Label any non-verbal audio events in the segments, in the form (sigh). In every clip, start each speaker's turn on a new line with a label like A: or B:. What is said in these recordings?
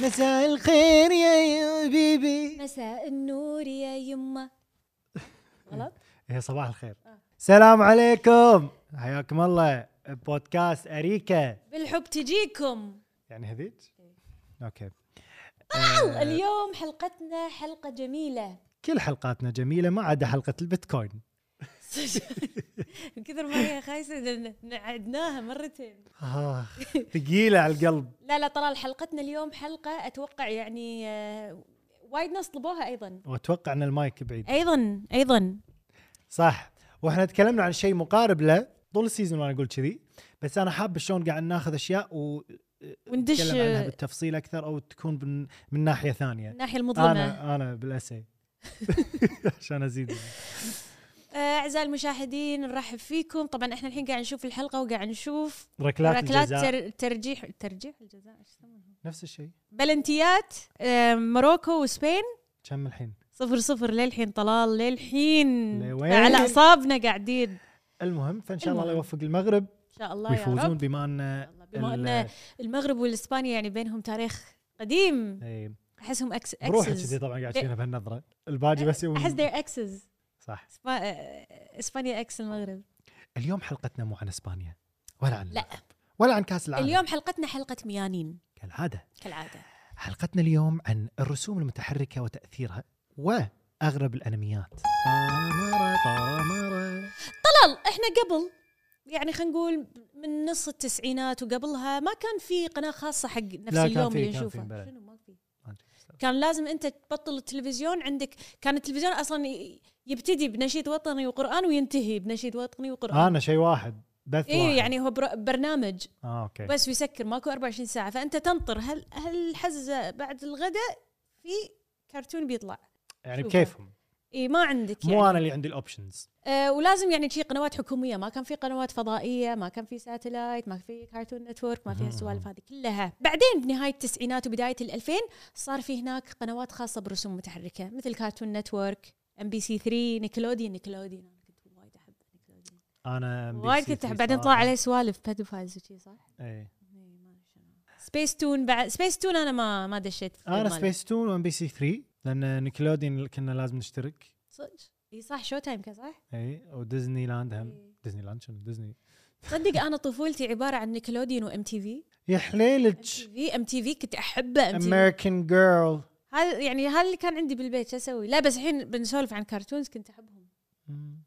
A: مساء الخير يا بيبي
B: مساء النور يا يمه غلط
A: هي صباح الخير السلام عليكم حياكم الله بودكاست اريكا
B: بالحب تجيكم
A: يعني هذيك اوكي
B: اليوم حلقتنا حلقه جميله
A: كل حلقاتنا جميله ما عدا حلقه البيتكوين
B: من كثر ما هي خايسه إن- إن عدناها مرتين
A: (laughs) آه، ثقيله على القلب
B: لا لا طلال حلقتنا اليوم حلقه اتوقع يعني آه، وايد ناس طلبوها ايضا
A: واتوقع ان المايك بعيد
B: ايضا ايضا
A: صح واحنا تكلمنا عن شيء مقارب له طول السيزون وانا اقول كذي بس انا حاب شلون قاعد ناخذ اشياء
B: وندش
A: ونتكلم عنها
B: آه،
A: بالتفصيل اكثر او تكون من, من ناحيه ثانيه
B: الناحيه المظلمه
A: انا انا بالاسي (laughs) عشان ازيد
B: آه، اعزائي المشاهدين نرحب فيكم طبعا احنا الحين قاعد نشوف الحلقه وقاعد نشوف
A: ركلات,
B: ركلات
A: الجزاء
B: تر- ترجيح ترجيح الجزاء ايش يسمونها
A: نفس الشيء
B: بلنتيات آه، موروكو وسبين
A: كم الحين
B: صفر صفر للحين طلال للحين
A: لوين؟
B: على اعصابنا قاعدين
A: المهم فان شاء الله الله
B: المهم.
A: يوفق المغرب
B: ان شاء الله يا
A: ويفوزون
B: رب
A: بما ان
B: الله، بما
A: ال-
B: ان المغرب والاسبانيا يعني بينهم تاريخ قديم
A: إيه،
B: احسهم اكس
A: بروحك كذي
B: اكسز
A: طبعا قاعد فينا بهالنظره الباقي بس يوم
B: احس ذي اكسز
A: صح
B: اسبانيا اكس آه، المغرب
A: اليوم حلقتنا مو عن اسبانيا ولا عن
B: لا
A: ولا عن كاس العالم
B: اليوم حلقتنا حلقه ميانين
A: كالعاده
B: كالعاده
A: (laughs) حلقتنا اليوم عن الرسوم المتحركه وتاثيرها واغرب الانميات طامرة طامرة
B: طلال احنا قبل يعني خلينا نقول من نص التسعينات وقبلها ما كان في قناه خاصه حق نفس
A: لا، كان
B: اليوم
A: في-
B: اللي
A: كان في
B: نشوفه
A: بلى.
B: شنو ما في كان لازم انت تبطل التلفزيون عندك كان التلفزيون اصلا ي- يبتدي بنشيد وطني وقران وينتهي بنشيد وطني وقران
A: انا شيء واحد بث واحد
B: اي يعني هو بر- برنامج
A: اه اوكي
B: بس ويسكر ماكو 24 ساعه فانت تنطر هل هل حزه بعد الغداء في كرتون بيطلع
A: يعني
B: شوفه.
A: بكيفهم
B: اي ما عندك يعني
A: مو انا اللي عندي الاوبشنز
B: آه ولازم يعني شي قنوات حكوميه ما كان في قنوات فضائيه ما كان في ساتلايت ما في كارتون نتورك ما في
A: مهم.
B: السوالف هذه كلها بعدين بنهايه التسعينات وبدايه الألفين صار في هناك قنوات خاصه برسوم متحركه مثل كارتون نتورك ام بي سي 3 نيكلوديان نيكلوديان انا كنت وايد احب نيكلوديان
A: انا
B: وايد كنت احب بعدين طلع عليه سوالف بيدوفايلز وشي صح؟ إيه،
A: عليه
B: سبيس تون بعد سبيس تون انا ما ما دشيت في
A: انا
B: المال.
A: سبيس تون وام بي سي 3 لان نيكلوديون كنا لازم نشترك
B: صدق اي صح شو تايم كان صح؟
A: اي وديزني لاند هم
B: إي.
A: ديزني لاند شنو ديزني
B: تصدق انا طفولتي عباره عن نيكلوديان وام تي في
A: يا
B: ام
A: حليلك
B: تي في ام تي في كنت احبه ام تي في
A: امريكان جيرل
B: هذا يعني هذا اللي كان عندي بالبيت شو اسوي؟ لا بس الحين بنسولف عن كرتونز كنت احبهم.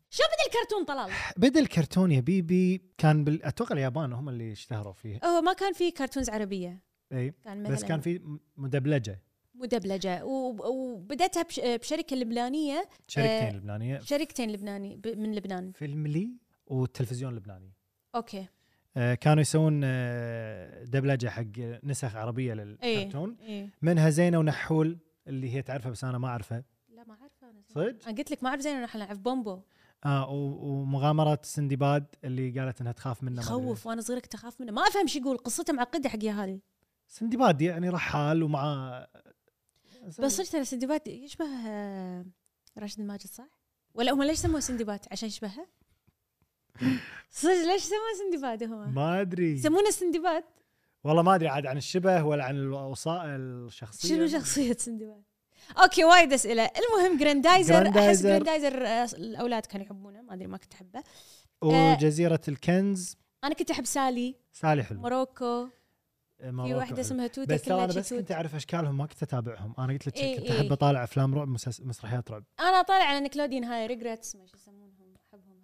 B: شو بدا الكرتون طلال؟
A: بدا الكرتون يا بيبي كان بال... اتوقع اليابان هم اللي اشتهروا فيه
B: هو ما كان في كرتونز عربيه
A: اي
B: كان مثلا
A: بس كان في م- مدبلجه
B: مدبلجه و- وبدتها بش- بشركه لبنانيه
A: شركتين
B: آه،
A: لبنانيه
B: شركتين لبناني ب- من لبنان
A: فيلم لي والتلفزيون اللبناني
B: اوكي
A: آه، كانوا يسوون آه، دبلجه حق نسخ عربيه
B: إيه.
A: للكرتون
B: اي
A: منها زينه ونحول اللي هي تعرفها بس انا ما اعرفها
B: لا ما اعرفه انا زين.
A: صدق؟
B: انا قلت لك ما اعرف زين انا اعرف بومبو
A: اه و- ومغامره سندباد اللي قالت انها تخاف منه ما أدري إيه.
B: يخوف وانا صغيره كنت اخاف منه ما افهم شو يقول قصته معقده حق يا هالي
A: سندباد يعني رحال ومع طيب.
B: بس صدق ترى سندباد يشبه آه، راشد الماجد صح؟ ولا هم ليش سموه سندباد عشان
A: (laughs)
B: يشبهه؟ صدق ليش سموه سندباد هم؟
A: ما ادري
B: يسمونه سندباد
A: والله ما ادري عاد عن الشبه ولا عن الوصاء الشخصيه
B: شنو شخصية سندباد؟ اوكي وايد اسئله، المهم جراندايزر احس
A: جراندايزر.
B: جراندايزر آه، الاولاد كانوا يحبونه ما ادري ما كنت احبه، آه.
A: وجزيره الكنز
B: انا كنت احب سالي،
A: سالي حلو
B: موروكو،
A: مروكو
B: في واحده
A: حلو.
B: اسمها توتا
A: بس ترى
B: كلها إيه،
A: انا بس كنت
B: شيتوت.
A: اعرف اشكالهم ما كنت اتابعهم انا قلت لك
B: إي
A: كنت
B: إي.
A: احب اطالع افلام رعب مسلس- مسرحيات رعب
B: انا طالع على نيكلوديون هاي ريجريتس ما شو يسمونهم احبهم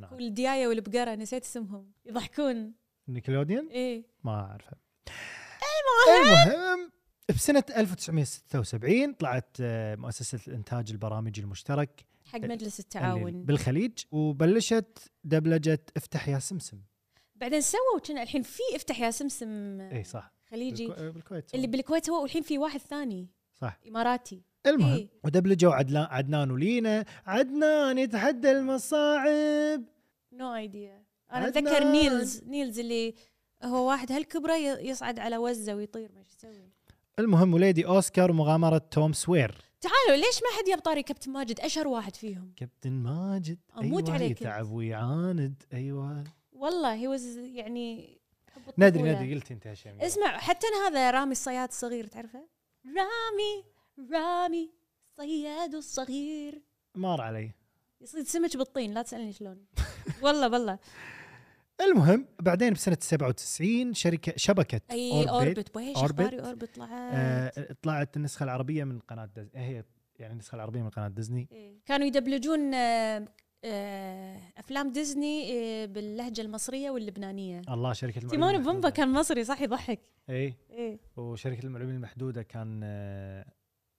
A: نعم.
B: هذول الديايه والبقره نسيت اسمهم يضحكون
A: نيكلوديون
B: ايه
A: ما اعرفه المهم المهم بسنه 1976 طلعت آه، مؤسسه الانتاج البرامجي المشترك
B: حق مجلس
A: اللي
B: التعاون
A: بالخليج وبلشت دبلجه افتح يا سمسم
B: بعدين سووا كنا الحين في افتح يا سمسم
A: اي صح
B: خليجي
A: بالكو- آه، بالكويت
B: آه. اللي بالكويت هو والحين في واحد ثاني
A: صح
B: اماراتي
A: المهم
B: إيه.
A: ودبلجوا عدلان عدنان ولينا عدنان يتحدى المصاعب
B: نو ايديا انا
A: عدنان.
B: اتذكر نيلز نيلز اللي هو واحد هالكبره ي- يصعد على وزه ويطير ما إيش يسوي
A: المهم وليدي اوسكار مغامره توم سوير
B: تعالوا ليش ما حد جاب طاري كابتن ماجد اشهر واحد فيهم
A: كابتن ماجد
B: أموت
A: أيوة
B: عليك أنت.
A: يتعب ويعاند ايوه
B: والله هي وز يعني حب
A: ندري
B: الطفولة.
A: ندري قلت انت يا شميمة.
B: اسمع حتى أنا هذا رامي الصياد الصغير تعرفه رامي رامي الصياد الصغير
A: مار علي
B: يصيد سمك بالطين لا تسالني شلون (laughs) والله والله
A: المهم بعدين بسنه 97 شركه شبكه
B: اي اوربت ويش
A: أوربت.
B: اخباري اوربت طلعت
A: آه طلعت النسخه العربيه من قناه دز... هي يعني النسخه العربيه من قناه ديزني
B: إيه. كانوا يدبلجون آه، آه، افلام ديزني آه، باللهجه المصريه واللبنانيه
A: الله شركه المعلومات
B: تيمون وبومبا
A: المحدودة. إيه،
B: كان مصري صح يضحك
A: اي
B: ايه
A: وشركه المعلومين المحدوده كان آه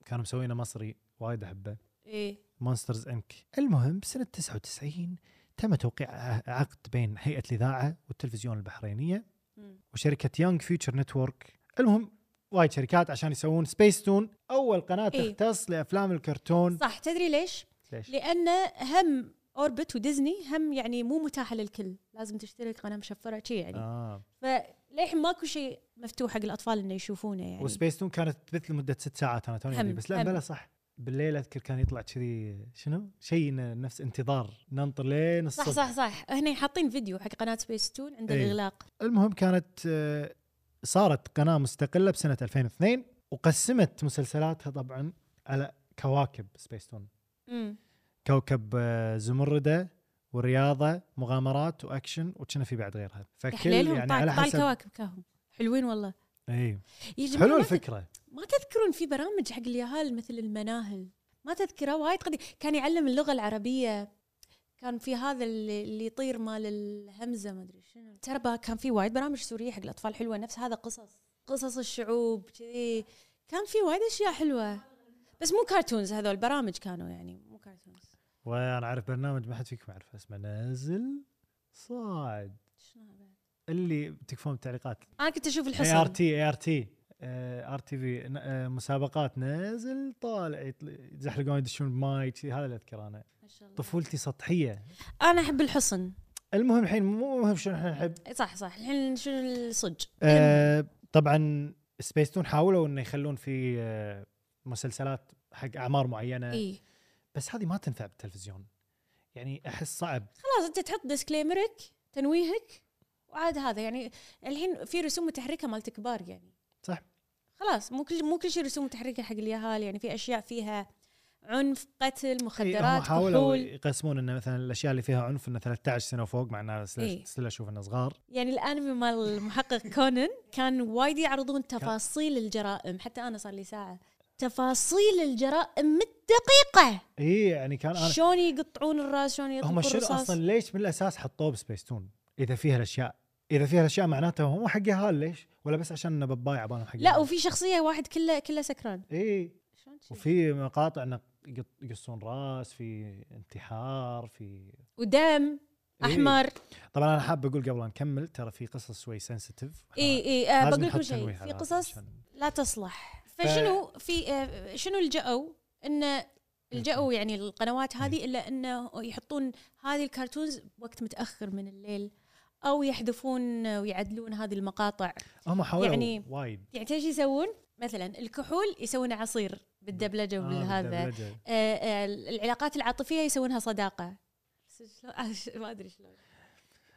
A: كانوا مسوينه مصري وايد احبه
B: ايه
A: مونسترز انك المهم بسنه 99 تم توقيع ع- عقد بين هيئه الاذاعه والتلفزيون البحرينيه
B: مم.
A: وشركه يونج فيوتشر نتورك المهم وايد شركات عشان يسوون سبيس تون اول قناه
B: إيه.
A: تختص لافلام الكرتون
B: صح تدري ليش؟
A: ليش؟
B: لان هم اوربت وديزني هم يعني مو متاحه للكل لازم تشترك قناه مشفره شي يعني
A: اه
B: فللحين ماكو شيء مفتوح حق الاطفال انه يشوفونه يعني
A: وسبيس تون كانت تبث لمده ست ساعات انا توني
B: هم-
A: أدري، بس لا
B: هم.
A: بلا صح بالليل اذكر كان يطلع كذي شنو؟ شيء ن- نفس انتظار ننطر لين
B: صح
A: الصبح
B: صح صح هنا حاطين فيديو حق قناه سبيس تون عند
A: إيه.
B: الاغلاق
A: المهم كانت آه، صارت قناه مستقله بسنه 2002 وقسمت مسلسلاتها طبعا على كواكب سبيس تون
B: امم
A: كوكب آه، زمرده ورياضه مغامرات واكشن وكنا في بعد غيرها فكل
B: تحليلهم
A: يعني على
B: يعني طال
A: حسب إيه.
B: الكواكب كاهم حلوين والله
A: اي
B: يا جماعة
A: حلوه
B: ما تت-
A: الفكره
B: ما تذكرون في برامج حق اليهال مثل المناهل ما تذكره وايد قديم كان يعلم اللغه العربيه كان في هذا اللي اللي يطير مال الهمزه ما ادري شنو ترى بقى كان في وايد برامج سوريه حق الاطفال حلوه نفس هذا قصص قصص الشعوب كذي كان في وايد اشياء حلوه بس مو كارتونز هذول برامج كانوا يعني مو كارتونز
A: وانا اعرف برنامج ما حد فيكم يعرفه اسمه نازل صاعد
B: شنو هذا؟
A: اللي تكفون بالتعليقات
B: انا كنت اشوف
A: اي ار
B: الحصن
A: تي اي ار تي ار تي في آه، مسابقات نازل طالع يطل- يتزحلقون يدشون بماي شي، هذا اللي اذكر انا
B: ما شاء الله.
A: طفولتي سطحيه
B: انا احب الحصن
A: المهم الحين مو مهم شنو احنا نحب
B: صح صح الحين شنو الصج
A: آه طبعا سبيس تون حاولوا انه يخلون في آه مسلسلات حق اعمار معينه
B: اي
A: بس هذه ما تنفع بالتلفزيون يعني احس صعب
B: خلاص انت تحط ديسكليمرك تنويهك وعاد هذا يعني الحين في رسوم متحركه مالت كبار يعني
A: صح.
B: خلاص مو كل مو كل شيء رسوم متحركه حق اليهال يعني في اشياء فيها عنف قتل
A: إي، إيه، هم
B: مخدرات
A: حاولوا
B: كحول
A: يقسمون انه مثلا الاشياء اللي فيها عنف انه 13 سنه وفوق مع انه
B: إي.
A: ستيل اشوف انه صغار
B: يعني الانمي مال
A: (laughs)
B: المحقق كونن كان وايد يعرضون تفاصيل الجرائم حتى انا صار لي ساعه تفاصيل الجرائم بالدقيقه
A: اي يعني كان انا
B: شلون يقطعون الراس شلون
A: هم
B: يطلقون
A: شنو
B: الرصاص
A: اصلا ليش من الاساس حطوه بسبيس تون اذا فيها الاشياء اذا فيها الاشياء معناته هو حق يهال ليش ولا بس عشان انه ببايع عبالهم حق
B: لا وفي شخصيه واحد كله كله سكران
A: اي
B: شلون شي؟
A: وفي مقاطع انه يقط- يقصون راس في انتحار في
B: ودم
A: إيه.
B: احمر
A: طبعا انا حاب اقول قبل أن نكمل ترى في قصص شوي سنسيتيف
B: اي اي آه بقول لكم شيء في قصص
A: عشان
B: لا تصلح فشنو في آه شنو لجأوا ان
A: إيه.
B: لجأوا يعني القنوات هذه الا انه يحطون هذه الكرتونز وقت متاخر من الليل او يحذفون ويعدلون هذه المقاطع
A: هم حاولوا
B: يعني-
A: يعني وايد
B: يعني ايش يسوون مثلا الكحول يسوون عصير بالدبلجه وبالهذا آه
A: بالدبلجة.
B: آه العلاقات العاطفيه يسوونها صداقه (laughs) ما ادري شلون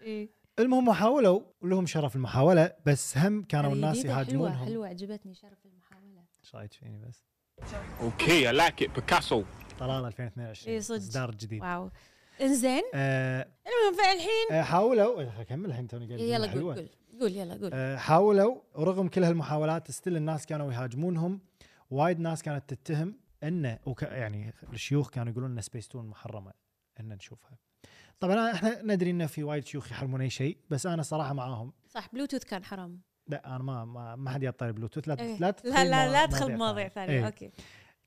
B: إيه.
A: المهم حاولوا ولهم شرف المحاوله بس هم كانوا
B: هذه
A: الناس
B: جديدة، حلوه
A: يهاجمونهم
B: حلوه عجبتني شرف المحاوله
A: ايش رايك فيني بس؟
C: Okay, I like it. Picasso.
A: طلال
B: إي
A: 2022
B: صدق.
A: اصدار جديد
B: واو انزين
A: آه
B: المهم فالحين
A: آه، حاولوا خليني اكمل الحين توني قاعد
B: يلا
A: أقول حلوة.
B: قول قول قول يلا قول
A: آه، حاولوا ورغم كل هالمحاولات ستيل الناس كانوا يهاجمونهم وايد ناس كانت تتهم انه وك يعني الشيوخ كانوا يقولون ان سبيس تون محرمه ان نشوفها طبعا احنا ندري انه في وايد شيوخ يحرمون اي شيء بس انا صراحه معاهم
B: صح بلوتوث كان حرام
A: لا انا ما ما, ما حد يطري بلوتوث لا
B: إيه.
A: لا تدخل
B: لا لا لا
A: مواضيع
B: ادخل مواضيع ثانيه
A: إيه.
B: اوكي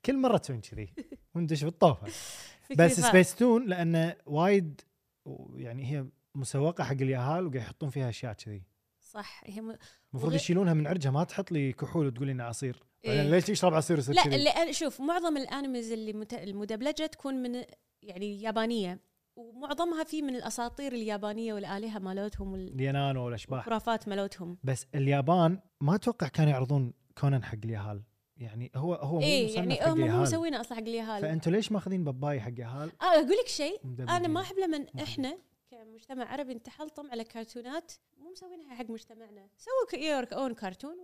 A: كل مره تسوين كذي
B: (laughs)
A: وندش بالطوفه
B: فكري
A: بس
B: فا-
A: سبيس تون لانه وايد و- يعني هي مسوقه حق اليهال وقاعد يحطون فيها اشياء كذي
B: صح هي م...
A: المفروض
B: وغي-
A: يشيلونها من عرجها ما تحط لي كحول وتقول لي انه عصير بعدين
B: إيه.
A: ليش تشرب عصير يصير
B: لا
A: كذي
B: اللي أنا- شوف معظم الانميز اللي مت... المدبلجه تكون من يعني يابانيه ومعظمها في من الاساطير اليابانيه والالهه مالتهم وال-
A: اليانانو والاشباح
B: والخرافات مالتهم
A: بس اليابان ما اتوقع كانوا يعرضون كونان حق اليهال يعني هو هو مو
B: اي
A: مصنف
B: يعني
A: حق
B: هم مو
A: اليهال
B: مسوينه اصلا حق اليهال
A: فانتوا ليش ماخذين باباي حق يهال
B: اه اقول لك شيء انا
A: مدبلجين؟
B: ما احب لما
A: مهم.
B: احنا كمجتمع عربي نتحلطم على كرتونات مو مسوينها حق مجتمعنا سووا يورك اون كرتون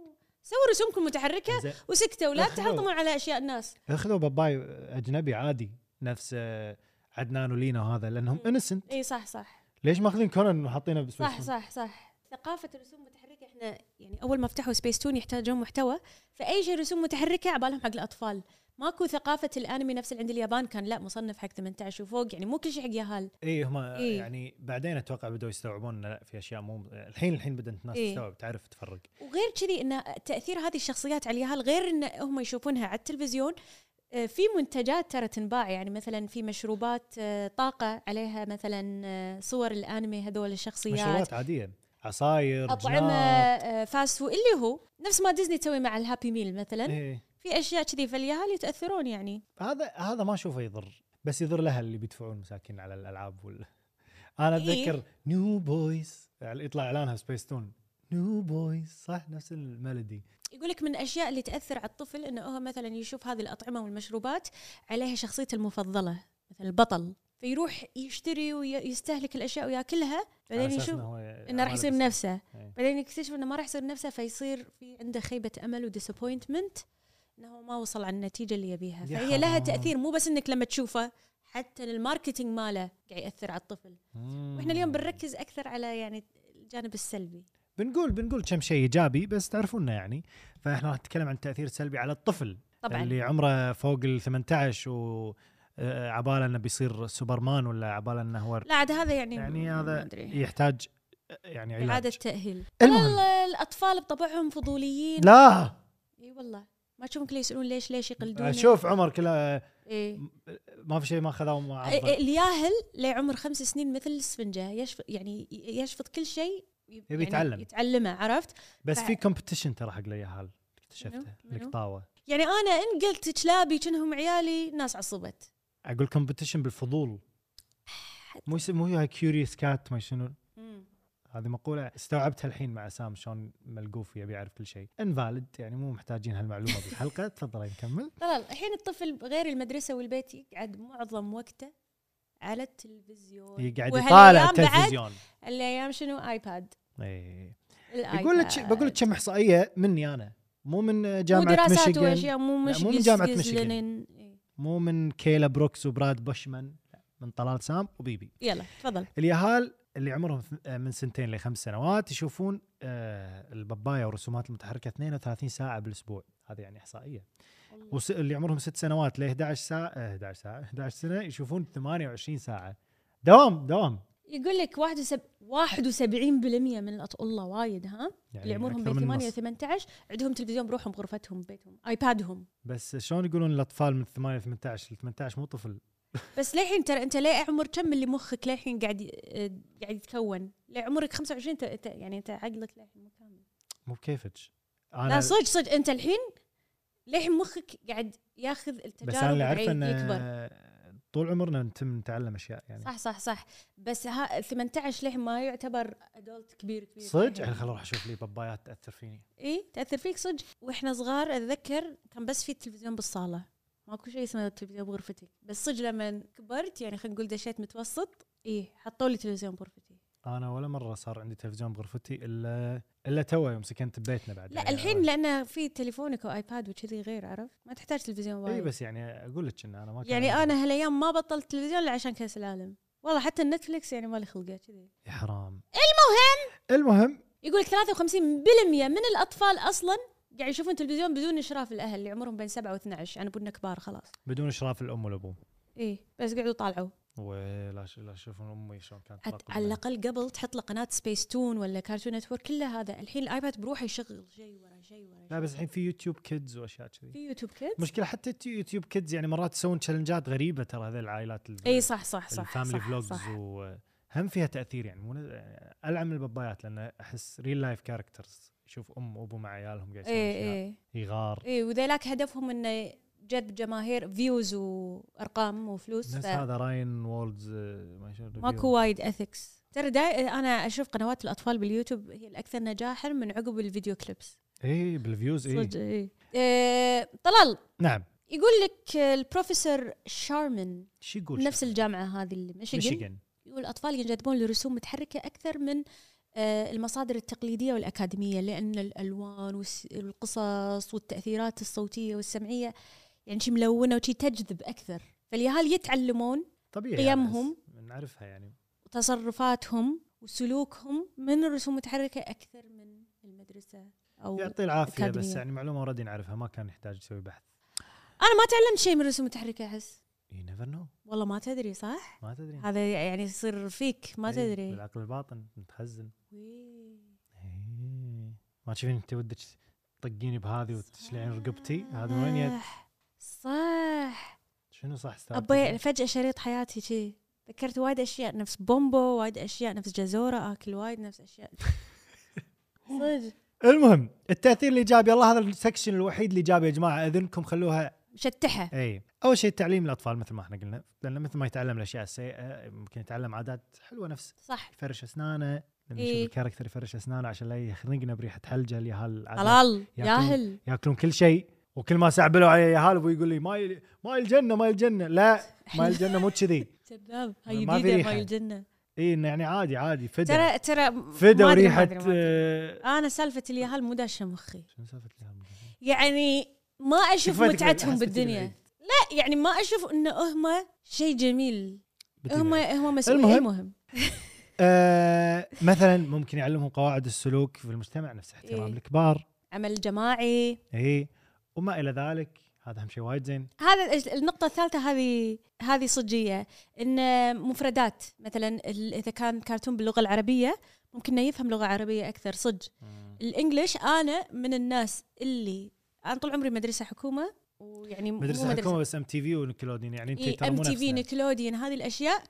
B: سووا رسومكم متحركه
A: زين،
B: وسكتوا ولا
A: أخذوا.
B: تحلطموا على اشياء الناس
A: اخذوا باباي اجنبي عادي نفس آه، عدنان ولينا وهذا لانهم
B: مم.
A: انسنت
B: اي صح صح
A: ليش ماخذين كونان وحاطينه بس
B: صح صح صح ثقافة الرسوم المتحركة احنا يعني أول ما فتحوا سبيس تون يحتاجون محتوى فأي شيء رسوم متحركة عبالهم حق الأطفال ماكو ثقافة الأنمي نفس اللي عند اليابان كان لا مصنف حق 18 وفوق يعني مو كل شيء حق ياهال
A: اي هم
B: إيه.
A: يعني بعدين اتوقع بدوا يستوعبون إن لا في اشياء مو الحين الحين بدات الناس
B: إيه.
A: تستوعب تعرف تفرق
B: وغير كذي أن تأثير هذه الشخصيات على الياهال غير أن هم يشوفونها على التلفزيون آه، في منتجات ترى تنباع يعني مثلا في مشروبات آه، طاقة عليها مثلا آه، صور الأنمي هذول الشخصيات
A: مشروبات عاديه عصاير
B: أطعمة
A: جنات.
B: آه، فاست فود اللي هو نفس ما ديزني تسوي مع الهابي ميل مثلا
A: إيه.
B: في اشياء كذي فاليهال يتاثرون يعني
A: هذا هذا ما اشوفه يضر بس يضر لها اللي بيدفعون مساكين على الالعاب وال (laughs) انا
B: إيه.
A: اتذكر نيو بويز يعني يطلع اعلانها سبيس تون نيو بويز صح نفس الميلودي
B: يقول لك من الاشياء اللي تاثر على الطفل انه هو مثلا يشوف هذه الاطعمه والمشروبات عليها شخصيته المفضله مثلا البطل فيروح يشتري ويستهلك الاشياء وياكلها
A: على
B: بعدين
A: أساس
B: يشوف
A: إنه هو
B: انه راح
A: عمله
B: يصير
A: بس-
B: نفسه
A: إيه.
B: بعدين يكتشف انه ما راح يصير نفسه فيصير في عنده خيبه امل وديسابوينتمنت انه هو ما وصل على النتيجه اللي يبيها
A: يا
B: فهي لها
A: حرام.
B: تاثير مو بس انك لما تشوفه حتى الماركتينج ماله قاعد ياثر على الطفل واحنا اليوم
A: مم.
B: بنركز اكثر على يعني الجانب السلبي
A: بنقول بنقول كم شيء ايجابي بس تعرفونا يعني فاحنا راح نتكلم عن التاثير السلبي على الطفل
B: طبعا
A: اللي عمره فوق ال 18 و آه، عباله انه بيصير سوبرمان ولا عباله انه هو
B: لا عاد هذا يعني
A: يعني
B: ما
A: هذا
B: ادري
A: يحتاج آه، يعني
B: اعاده
A: علاج
B: تاهيل
A: المهم
B: والله الاطفال بطبعهم فضوليين
A: لا
B: اي والله ما تشوفهم كله يسالون ليش ليش يقلدون
A: شوف عمر كله
B: إيه.
A: ما في شيء ما اخذه وما
B: إيه،
A: عضه
B: إيه، الياهل لعمر خمس سنين مثل السفنجه يشف يعني يشفط كل شيء يب- يعني
A: يبي يتعلم.
B: يتعلمه عرفت؟
A: بس
B: ف-
A: في كومبتيشن ترى حق اليهال اكتشفته
B: منو؟ منو؟
A: القطاوه
B: يعني انا ان قلت كلابي كأنهم عيالي ناس عصبت
A: اقول كومبتيشن بالفضول مو يس- مو كيوريوس كات ما شنو
B: مم.
A: هذه مقولة استوعبتها الحين مع سام شلون ملقوف يبي يعرف كل شيء. انفاليد يعني مو محتاجين هالمعلومة (laughs) بالحلقة، تفضل نكمل.
B: لا لا الحين الطفل غير المدرسه والبيت يقعد معظم وقته على التلفزيون
A: يقعد
B: وهالأيام
A: يطالع
B: بعد
A: (laughs) التلفزيون.
B: الايام شنو ايباد
A: إيه.
B: الآيباد.
A: يقول لك بقول لك كم احصائية مني انا، مو من جامعة
B: ودراسات
A: ميشيغان،
B: واشياء مو
A: لا،
B: مش
A: مو من
B: جس-
A: جامعة
B: جس
A: ميشيغان.
B: لينين. إيه.
A: مو من كيلا بروكس وبراد بوشمان، لا، من طلال سام وبيبي.
B: يلا تفضل
A: اليهال اللي عمرهم ث- آه، من سنتين لخمس سنوات يشوفون آه، البابايا والرسومات المتحركة 32 ساعة بالاسبوع، هذه يعني احصائية. وس... اللي عمرهم ست سنوات ل 11 ساعه آه، 11 ساعه 11 سنه يشوفون 28 ساعه دوام دوام
B: يقول لك 71 71% من الأط... الله وايد ها
A: يعني
B: اللي عمرهم
A: أكثر
B: بين
A: من
B: 8 و
A: النص.
B: 18 عندهم تلفزيون بروحهم بغرفتهم ببيتهم ايبادهم
A: بس شلون يقولون الاطفال من 8 ل 18 ل 18 مو طفل
B: بس للحين ترى انت ليه عمر كم اللي مخك للحين قاعد ي... آه، قاعد يتكون لعمرك 25 ت... ت... يعني انت عقلك للحين مو كامل
A: مو بكيفك
B: لا
A: انا
B: صدق صدق انت الحين للحين مخك قاعد ياخذ
A: بس انا
B: التجارب
A: اللي اعرفه
B: وقاعد
A: ان
B: يكبر
A: آه، طول عمرنا نتم نتعلم اشياء يعني
B: صح صح صح بس ها 18 للحين ما يعتبر ادولت كبير كبير
A: صدق يعني خل اروح اشوف لي بابايات تاثر فيني
B: اي تاثر فيك صدق واحنا صغار اتذكر كان بس في التلفزيون بالصاله ماكو شيء اسمه التلفزيون بغرفتي بس صدق لما كبرت يعني خلينا نقول دشيت متوسط اي حطوا لي تلفزيون بغرفتي
A: انا ولا مره صار عندي تلفزيون بغرفتي الا الا تو يوم سكنت ببيتنا بعد
B: لا
A: يعني
B: الحين لانه في تليفونك وايباد وكذي غير عرفت ما تحتاج تلفزيون
A: اي
B: وايد
A: بس يعني اقول لك ان انا ما كان
B: يعني
A: عندي-
B: انا هالايام ما بطلت تلفزيون الا عشان كاس العالم والله حتى النتفلكس يعني مالي خلقه كذي
A: يا حرام المهم المهم
B: يقول لك 53% من الاطفال اصلا قاعد يشوفون تلفزيون بدون اشراف الاهل اللي عمرهم بين 7 و12 يعني بدنا كبار خلاص
A: بدون اشراف الام والابو
B: ايه بس قعدوا يطالعوا
A: ولا ش- لا شوفون امي شلون كانت
B: عت-
A: تراقب
B: على
A: البنات.
B: الاقل قبل تحط له قناه سبيس تون ولا كارتون نتورك كله هذا الحين الايباد بروحه يشغل شيء ورا شيء ورا
A: لا
B: شيء.
A: بس الحين في يوتيوب كيدز واشياء كذي
B: في يوتيوب كيدز
A: مشكلة حتى التي- يوتيوب كيدز يعني مرات يسوون تشالنجات غريبة ترى هذه العائلات ال-
B: اي صح صح صح
A: الفاميلي
B: صح,
A: فلوجز
B: صح.
A: هم فيها تاثير يعني مو يعني العم الببايات لان احس ريل لايف كاركترز يشوف ام وابو مع عيالهم قاعد يسوون
B: اي
A: أشياء،
B: اي
A: يغار
B: اي وذيلاك هدفهم انه جذب جماهير فيوز وارقام وفلوس
A: نفس
B: ف-
A: هذا راين وولدز آه، ما شنو الريفيو.
B: ماكو وايد اثكس ترى داي انا اشوف قنوات الاطفال باليوتيوب هي الاكثر نجاحا من عقب الفيديو كليبس
A: اي بالفيوز اي
B: صدق اي إيه، طلال
A: نعم
B: يقول لك البروفيسور شارمن
A: شو يقول
B: نفس الجامعه هذه اللي ميشيغن
A: ميشيغن
B: يقول الاطفال ينجذبون لرسوم متحركه اكثر من آه، المصادر التقليديه والاكاديميه لان الالوان والس- والقصص والتاثيرات الصوتيه والسمعيه يعني شي ملونه وشي تجذب اكثر فاليهال يتعلمون
A: طبيعي
B: قيمهم.
A: يعني، بس نعرفها يعني
B: تصرفاتهم وسلوكهم من الرسوم المتحركة أكثر من المدرسة أو
A: يعطيه العافيه بس
B: أكاديمية.
A: يعني معلومه اوريدي نعرفها ما كان يحتاج يسوي بحث
B: أنا ما تعلمت شيء من الرسوم المتحركة أحس
A: يو نيفر نو
B: والله ما تدري صح؟
A: ما تدري
B: هذا يعني يصير فيك ما
A: إي،
B: تدري
A: بالعقل الباطن متخزن
B: وي.
A: إيه. ما تشوفين انت ودك تطقيني بهذه وتشلعين رقبتي هذا من وين يد
B: صح. صح
A: شنو صح
B: أبي فجأة شريط حياتي شي ذكرت وايد أشياء نفس بومبو وايد أشياء نفس جزورة آكل وايد
A: (laughs)
B: نفس أشياء صدق
A: المهم التاثير الايجابي الله هذا السكشن الوحيد اللي ايجابي يا جماعه اذنكم خلوها
B: مشتحة
A: اي اول شيء تعليم الاطفال مثل ما احنا قلنا لان مثل ما يتعلم الاشياء السيئه يمكن يتعلم عادات حلوه نفس
B: صح
A: يفرش اسنانه لما يشوف
B: إي.
A: الكاركتر يفرش اسنانه عشان لا يخنقنا بريحه حلجه اللي هالعادات
B: طلال
A: ياكلون-
B: ياهل
A: ياكلون كل شيء وكل ما سعبلوا علي يا هال ابوي يقول لي ماي ماي الجنه ماي الجنه لا ماي الجنه مو كذي
B: كذاب هاي
A: ما في
B: جديدة
A: ريحة.
B: هاي الجنة
A: اي انه يعني عادي عادي فدا
B: ترى ترى
A: فدا
B: ما أدري- ما
A: وريحه
B: أدري- ما أدري.
A: آه،
B: انا سالفه اليهال مو داشه مخي
A: شنو سالفه اليهال؟
B: يعني ما اشوف
A: كفايتك
B: متعتهم
A: أحس بتجي
B: بالدنيا
A: بعيد.
B: لا يعني ما اشوف انه هم شيء جميل
A: بتجي
B: هم
A: بعيد.
B: هم مسؤولين
A: المهم.
B: المهم, المهم.
A: آه، مثلا ممكن يعلمهم قواعد السلوك في المجتمع نفس احترام
B: إي.
A: الكبار
B: عمل جماعي
A: اي وما الى ذلك هذا اهم شيء وايد زين
B: هذا الأج- النقطة الثالثة هذه هذه صجية ان مفردات مثلا ال- اذا كان كرتون باللغة العربية ممكن إنه يفهم لغة عربية اكثر صج الانجليش انا من الناس اللي انا طول عمري مدرسة حكومة ويعني مو
A: مدرسه حكومه بس ام تي في ونيكلوديون يعني انت ترى
B: ام
A: مو
B: تي في
A: نفسنا.
B: نيكلوديان هذه الاشياء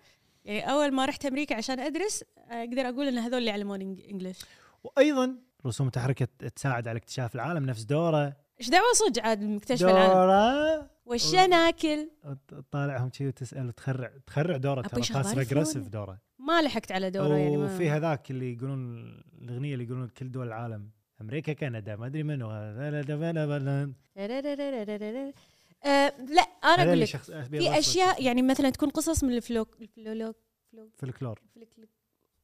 B: يعني اول ما رحت امريكا عشان ادرس اقدر اقول ان هذول اللي علموني إنج- انجلش
A: وايضا رسوم متحركه تساعد على اكتشاف العالم نفس دوره
B: ايش دعوه صدق عاد مكتشف العالم
A: دوره
B: والشناكل
A: تطالعهم كذي وتسال وتخرع تخرع دوره
B: أبوي
A: ترى
B: شغال
A: خاص
B: شلون؟
A: اجريسف دوره
B: ما لحقت على دوره يعني ما
A: وفي هذاك اللي يقولون الاغنيه اللي يقولون كل دول العالم امريكا كندا ما ادري منو هذا
B: آه لا انا اقول لك في
A: في
B: اشياء يعني مثلا تكون قصص من الفلوك الفلولوك
A: فلكلور
B: فلك-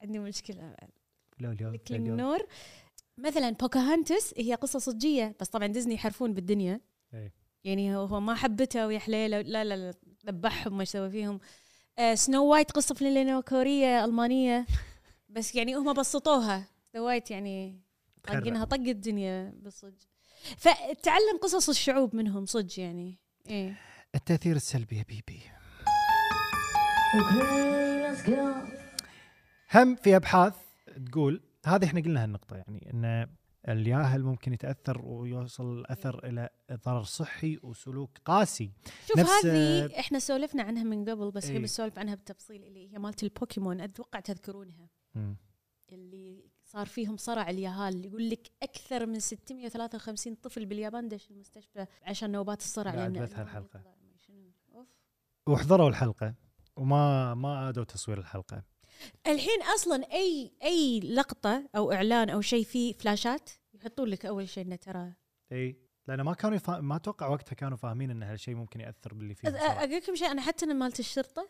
B: عندي مشكله
A: لا لا
B: لك النور مثلا بوكاهانتس هي قصه صجيه بس طبعا ديزني يحرفون بالدنيا
A: إيه.
B: يعني هو- هو ما حبته ويا حليله لا لا لا ذبحهم ما سوى فيهم آه سنو وايت قصه فلكلوريه المانيه
A: (laughs)
B: بس يعني هم بسطوها سنو وايت يعني
A: تخرع.
B: طاقينها طق الدنيا بالصج فتعلم قصص الشعوب منهم صج يعني ايه
A: التاثير السلبي يا بيبي هم في ابحاث تقول هذه احنا قلنا هالنقطه يعني ان الياهل ممكن يتاثر ويوصل الاثر الى ضرر صحي وسلوك قاسي
B: شوف
A: نفس-
B: هذه احنا سولفنا عنها من قبل بس
A: إيه.
B: هي بنسولف عنها بالتفصيل اللي هي مالت البوكيمون اتوقع تذكرونها
A: مم.
B: اللي صار فيهم صرع اليهال يقول لك اكثر من 653 طفل باليابان دش المستشفى عشان نوبات الصرع
A: بعد
B: لأن
A: بث
B: الألوان
A: هالحلقة.
B: يطلع ما شنو. أوف.
A: وحضروا الحلقه وما ما عادوا تصوير الحلقه
B: الحين اصلا اي اي لقطه او اعلان او شيء فيه فلاشات يحطون لك اول شيء انه ترى
A: اي لان ما كانوا يفا... ما اتوقع وقتها كانوا فاهمين ان هالشيء ممكن ياثر باللي
B: أ-
A: فيه
B: أ- اقول لكم شيء انا حتى أنا مالت الشرطه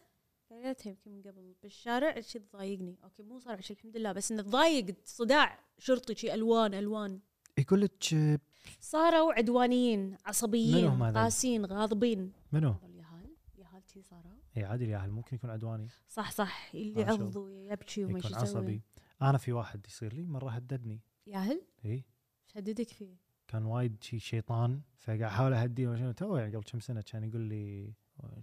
B: قريتها يمكن من قبل بالشارع شي تضايقني اوكي مو صرع شي الحمد لله بس انه تضايق صداع شرطي شي الوان الوان
A: يقول لك آه،
B: صاروا عدوانيين
A: منو
B: عصبيين
A: هم هذول؟
B: قاسين غاضبين
A: منو؟
B: اليهال يهال تي صاروا
A: اي عادي الياهل ممكن يكون عدواني
B: صح صح اللي
A: ما شاء
B: يعض ويبكي وما
A: يكون
B: شو
A: عصبي
B: يسوي
A: انا في واحد يصير لي مره هددني
B: ياهل
A: اي
B: شددك فيه
A: كان وايد شي شيطان فقاعد احاول اهديه وشنو تو يعني قبل كم سنه كان يقول لي